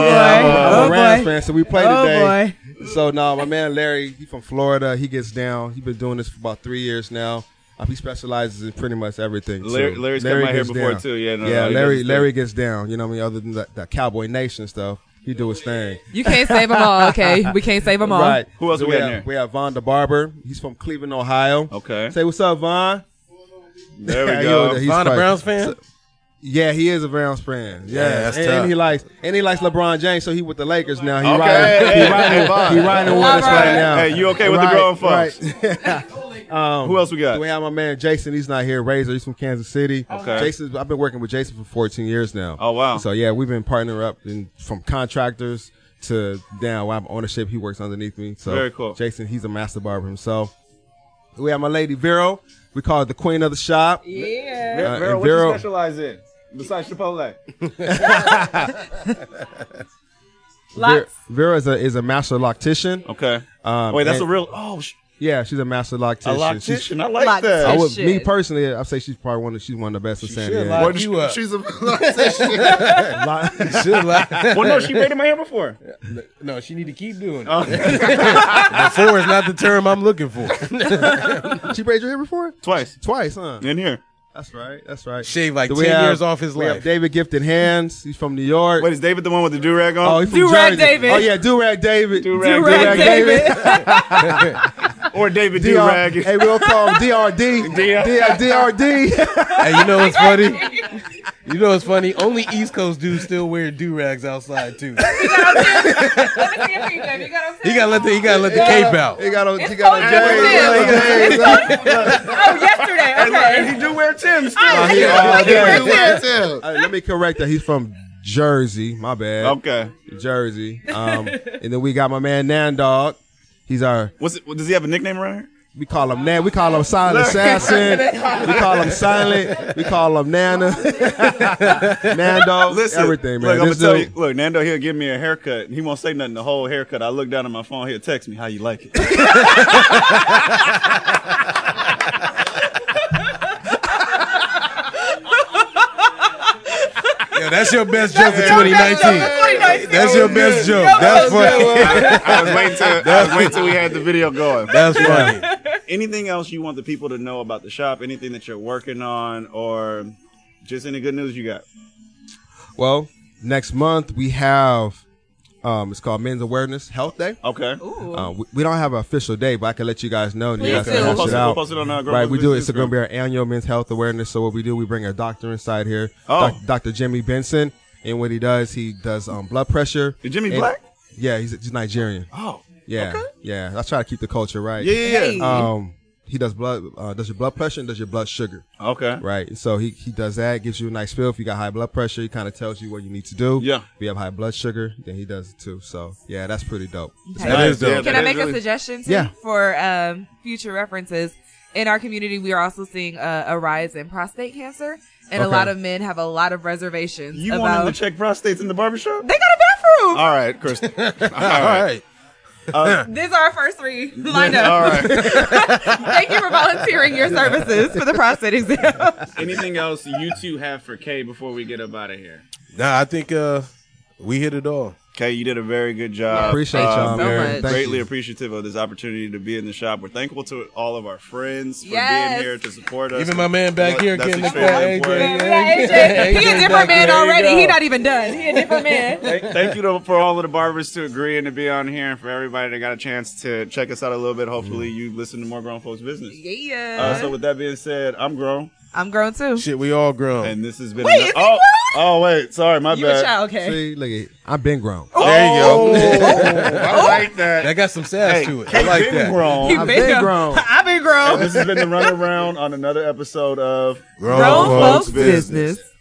[SPEAKER 3] boy.
[SPEAKER 5] I'm a- I'm a
[SPEAKER 3] Oh,
[SPEAKER 5] Rams
[SPEAKER 3] boy.
[SPEAKER 5] fan. So we play
[SPEAKER 3] Oh,
[SPEAKER 5] today.
[SPEAKER 3] boy.
[SPEAKER 5] So no, my man Larry, he from Florida. He gets down. He's been doing this for about three years now. Uh, he specializes in pretty much everything.
[SPEAKER 6] Larry-
[SPEAKER 5] so
[SPEAKER 6] Larry's come out here
[SPEAKER 5] gets
[SPEAKER 6] before,
[SPEAKER 5] down.
[SPEAKER 6] too. Yeah, no, no,
[SPEAKER 5] yeah.
[SPEAKER 6] he
[SPEAKER 5] Larry,
[SPEAKER 6] does his
[SPEAKER 5] Larry gets down. You know what I mean? Other than that, that Cowboy Nation stuff, he do his thing.
[SPEAKER 3] You can't save them all, okay? We can't save them all.
[SPEAKER 5] Right.
[SPEAKER 6] Who else
[SPEAKER 5] So
[SPEAKER 6] we
[SPEAKER 5] we
[SPEAKER 6] got in
[SPEAKER 5] have?
[SPEAKER 6] here?
[SPEAKER 5] We have Von the Barber. He's from Cleveland, Ohio.
[SPEAKER 6] Okay.
[SPEAKER 5] Say what's up, Von.
[SPEAKER 6] There we
[SPEAKER 5] Yeah,
[SPEAKER 6] go.
[SPEAKER 5] yo, he's
[SPEAKER 1] Von a
[SPEAKER 5] probably-
[SPEAKER 1] Browns fan?
[SPEAKER 5] Yeah, he is a Browns fan. Yeah,
[SPEAKER 1] that's
[SPEAKER 5] and,
[SPEAKER 1] tough.
[SPEAKER 5] and he likes and he likes LeBron James, so he with the Lakers now. He
[SPEAKER 6] Okay,
[SPEAKER 5] riding,
[SPEAKER 6] hey,
[SPEAKER 5] he riding,
[SPEAKER 6] hey, Von.
[SPEAKER 5] he riding with us
[SPEAKER 3] Alright.
[SPEAKER 5] right now.
[SPEAKER 6] Hey, you okay with the
[SPEAKER 5] Right,
[SPEAKER 6] grown folks?
[SPEAKER 5] right. um,
[SPEAKER 6] Who else we got?
[SPEAKER 5] We have my man Jason. He's not here. Razor. He's from Kansas City.
[SPEAKER 6] Okay.
[SPEAKER 5] Jason. I've been working with Jason for 14 years now.
[SPEAKER 6] Oh, wow.
[SPEAKER 5] So yeah, we've been partnering up in, from contractors to down. I have ownership. He works underneath me. So
[SPEAKER 6] Very cool.
[SPEAKER 5] Jason. He's a master barber himself. We have my lady Vero. We call her the queen of the shop.
[SPEAKER 3] Yeah.
[SPEAKER 5] Uh, and Vero,
[SPEAKER 4] specialize in besides Chipotle?
[SPEAKER 5] Vera,
[SPEAKER 3] Lots.
[SPEAKER 5] Vera is a is a master loctician.
[SPEAKER 6] Okay.
[SPEAKER 5] Um,
[SPEAKER 6] Wait, that's
[SPEAKER 5] and-
[SPEAKER 6] a real. Oh, sh-
[SPEAKER 5] yeah. She's a master
[SPEAKER 6] a
[SPEAKER 5] loctician. She's-
[SPEAKER 6] loctician. I like
[SPEAKER 3] Lock-
[SPEAKER 6] that.
[SPEAKER 5] I would,
[SPEAKER 3] Shit.
[SPEAKER 5] me personally, I'd say she's probably one of she's one of the best in San
[SPEAKER 1] should
[SPEAKER 5] Diego.
[SPEAKER 1] lock
[SPEAKER 6] Well,
[SPEAKER 1] you up.
[SPEAKER 6] she's a loctician.
[SPEAKER 5] Lock-
[SPEAKER 1] Should lie.
[SPEAKER 6] well, no, she braided my hair before.
[SPEAKER 1] No, she need to keep doing it. Before Oh. is not the term I'm looking for.
[SPEAKER 5] she braided your hair before?
[SPEAKER 6] Twice.
[SPEAKER 5] Twice, huh?
[SPEAKER 6] In here.
[SPEAKER 5] That's right. That's right.
[SPEAKER 1] Shaved like
[SPEAKER 5] Do
[SPEAKER 1] 10
[SPEAKER 5] we have-
[SPEAKER 1] years off his
[SPEAKER 5] we have
[SPEAKER 1] life.
[SPEAKER 5] David Gifted Hands. He's from New York.
[SPEAKER 6] Wait, is David the one with the do rag
[SPEAKER 5] oh,
[SPEAKER 6] on?
[SPEAKER 5] he's from
[SPEAKER 3] Do-rag
[SPEAKER 5] Jersey.
[SPEAKER 3] David.
[SPEAKER 5] Oh yeah, Durag David.
[SPEAKER 6] Do-rag
[SPEAKER 3] Durag David.
[SPEAKER 1] Oh,
[SPEAKER 6] or David do
[SPEAKER 5] DR, hey,
[SPEAKER 6] rag?
[SPEAKER 5] we'll call him DRD.
[SPEAKER 6] DR.
[SPEAKER 5] uh, DRD.
[SPEAKER 1] Hey, you know what's funny? You know what's funny? Only East Coast dudes still wear do rags outside too.
[SPEAKER 3] Let me see if he did. You got what I'm
[SPEAKER 1] He
[SPEAKER 3] saying?
[SPEAKER 1] gotta let the he gotta let the cape out.
[SPEAKER 5] He got a he
[SPEAKER 3] It's
[SPEAKER 5] got a
[SPEAKER 3] on Jim's.
[SPEAKER 5] J. He got a
[SPEAKER 3] Oh,
[SPEAKER 5] J.
[SPEAKER 3] yesterday. Okay.
[SPEAKER 6] He do wear Tim's.
[SPEAKER 3] I-
[SPEAKER 5] he all
[SPEAKER 6] do wear
[SPEAKER 5] day.
[SPEAKER 6] Tim's.
[SPEAKER 5] Uh, let me correct that. He's from Jersey. My bad.
[SPEAKER 6] Okay.
[SPEAKER 5] Jersey. Um, and then we got my man Nan Dog. He's our
[SPEAKER 6] What's it, does he have a nickname around here?
[SPEAKER 5] we call him Nan. We call him Silent Assassin. we call him Silent. We call him Nana. Nan Dog.
[SPEAKER 6] Listen,
[SPEAKER 5] everything, man.
[SPEAKER 6] Look, I'm gonna
[SPEAKER 5] This
[SPEAKER 6] tell you.
[SPEAKER 5] dude-
[SPEAKER 6] Look, Nando, he'll give me a haircut. and He won't say nothing the whole haircut. I look down at my phone. He'll text me how you like it.
[SPEAKER 1] Yeah, that's your best joke for
[SPEAKER 3] Your best joke
[SPEAKER 1] 2019.
[SPEAKER 3] for 2019.
[SPEAKER 1] That's your best joke.
[SPEAKER 3] That
[SPEAKER 1] That's
[SPEAKER 3] was
[SPEAKER 1] funny.
[SPEAKER 6] I was waiting till I was waiting till we had the video going.
[SPEAKER 1] That's funny.
[SPEAKER 6] anything else you want the people to know about the shop anything that you're working on or just any good news you got
[SPEAKER 5] Well, next month we have um, it's called Men's Awareness Health Day.
[SPEAKER 6] okay
[SPEAKER 3] Ooh.
[SPEAKER 5] Uh, we, we don't have an official day, but I can let you guys know. and You
[SPEAKER 3] Please
[SPEAKER 5] guys
[SPEAKER 3] do.
[SPEAKER 5] can
[SPEAKER 3] We'll
[SPEAKER 5] hash
[SPEAKER 6] post
[SPEAKER 5] it
[SPEAKER 6] it- we'll
[SPEAKER 5] out.
[SPEAKER 6] post it on our Girl
[SPEAKER 5] Right, we
[SPEAKER 6] Business
[SPEAKER 5] do. It's
[SPEAKER 6] Instagram.
[SPEAKER 5] going to be our annual men's health awareness. So what we do, we bring a doctor inside here,
[SPEAKER 6] Oh.
[SPEAKER 5] Doc- Dr. Jimmy Benson, and what he does, he does um, blood pressure.
[SPEAKER 6] Is Jimmy
[SPEAKER 5] And-
[SPEAKER 6] black?
[SPEAKER 5] Yeah, he's, he's Nigerian.
[SPEAKER 6] oh
[SPEAKER 5] Yeah, yeah. I try to keep the culture right.
[SPEAKER 6] yeah yeah, yeah.
[SPEAKER 3] Hey.
[SPEAKER 5] Um, he does blood, uh, does your blood pressure and does your blood sugar,
[SPEAKER 6] Uh, okay
[SPEAKER 5] right? So he, he does that, gives you a nice feel. If you got high blood pressure, he kind of tells you what you need to do.
[SPEAKER 6] Yeah.
[SPEAKER 5] If you have high blood sugar, then he does it too. So yeah, that's pretty dope.
[SPEAKER 1] That is dope.
[SPEAKER 3] Can I
[SPEAKER 6] That
[SPEAKER 3] make
[SPEAKER 6] is
[SPEAKER 3] a
[SPEAKER 6] really-
[SPEAKER 3] suggestion too
[SPEAKER 5] Yeah.
[SPEAKER 3] for um, future references? In our community, we are also seeing a, a rise in prostate cancer, and a
[SPEAKER 5] Okay.
[SPEAKER 3] lot of men have a lot of reservations
[SPEAKER 6] you want
[SPEAKER 3] about.
[SPEAKER 6] him to check prostates in the barbershop
[SPEAKER 3] they got a bathroom.
[SPEAKER 6] all right kristen all
[SPEAKER 1] All
[SPEAKER 6] right
[SPEAKER 1] right.
[SPEAKER 3] These are our first three lined up.
[SPEAKER 6] all right
[SPEAKER 3] Thank you for volunteering your services for the prostate exam.
[SPEAKER 4] Anything else you two have for K before we get up out of here?
[SPEAKER 1] Nah, I think uh, we hit it all.
[SPEAKER 6] Kay, you did a very good job.
[SPEAKER 5] Appreciate
[SPEAKER 6] Uh,
[SPEAKER 3] so
[SPEAKER 5] y'all, man.
[SPEAKER 3] much.
[SPEAKER 5] Thank you.
[SPEAKER 6] greatly appreciative of this opportunity to be in the shop. We're thankful to all of our friends for
[SPEAKER 3] Yes.
[SPEAKER 6] being here to support us.
[SPEAKER 1] Even my man back
[SPEAKER 6] That-
[SPEAKER 1] here
[SPEAKER 6] that's
[SPEAKER 1] getting the
[SPEAKER 6] extremely
[SPEAKER 1] AJ.
[SPEAKER 6] important.
[SPEAKER 3] We got AJ. He a different man already. He not even done. He a different man.
[SPEAKER 6] Thank, thank you to, for all of the barbers to agreeing to be on here and for everybody that got a chance to check us out a little bit. Hopefully, you listen to more grown folks' business. Uh,
[SPEAKER 3] Yeah.
[SPEAKER 6] so, with that being said, I'm grown,
[SPEAKER 3] I'm grown too.
[SPEAKER 1] Shit, we all grown.
[SPEAKER 6] and this has been.
[SPEAKER 3] Wait,
[SPEAKER 6] ano-
[SPEAKER 3] is he
[SPEAKER 6] oh, oh, wait, sorry, my
[SPEAKER 3] You a
[SPEAKER 6] bad.
[SPEAKER 3] child, okay?
[SPEAKER 5] See, look, at- I've been grown.
[SPEAKER 1] there you go.
[SPEAKER 6] Oh, I like that.
[SPEAKER 1] Oh. That got some sass
[SPEAKER 6] Hey,
[SPEAKER 1] to it. I
[SPEAKER 6] Kate
[SPEAKER 1] like
[SPEAKER 6] been
[SPEAKER 1] that.
[SPEAKER 6] grown.
[SPEAKER 5] I've been
[SPEAKER 3] Big-
[SPEAKER 5] grown.
[SPEAKER 3] I've been grown.
[SPEAKER 6] This has been the runaround on another episode of
[SPEAKER 1] Grown
[SPEAKER 3] Grown
[SPEAKER 1] folks
[SPEAKER 3] folks business.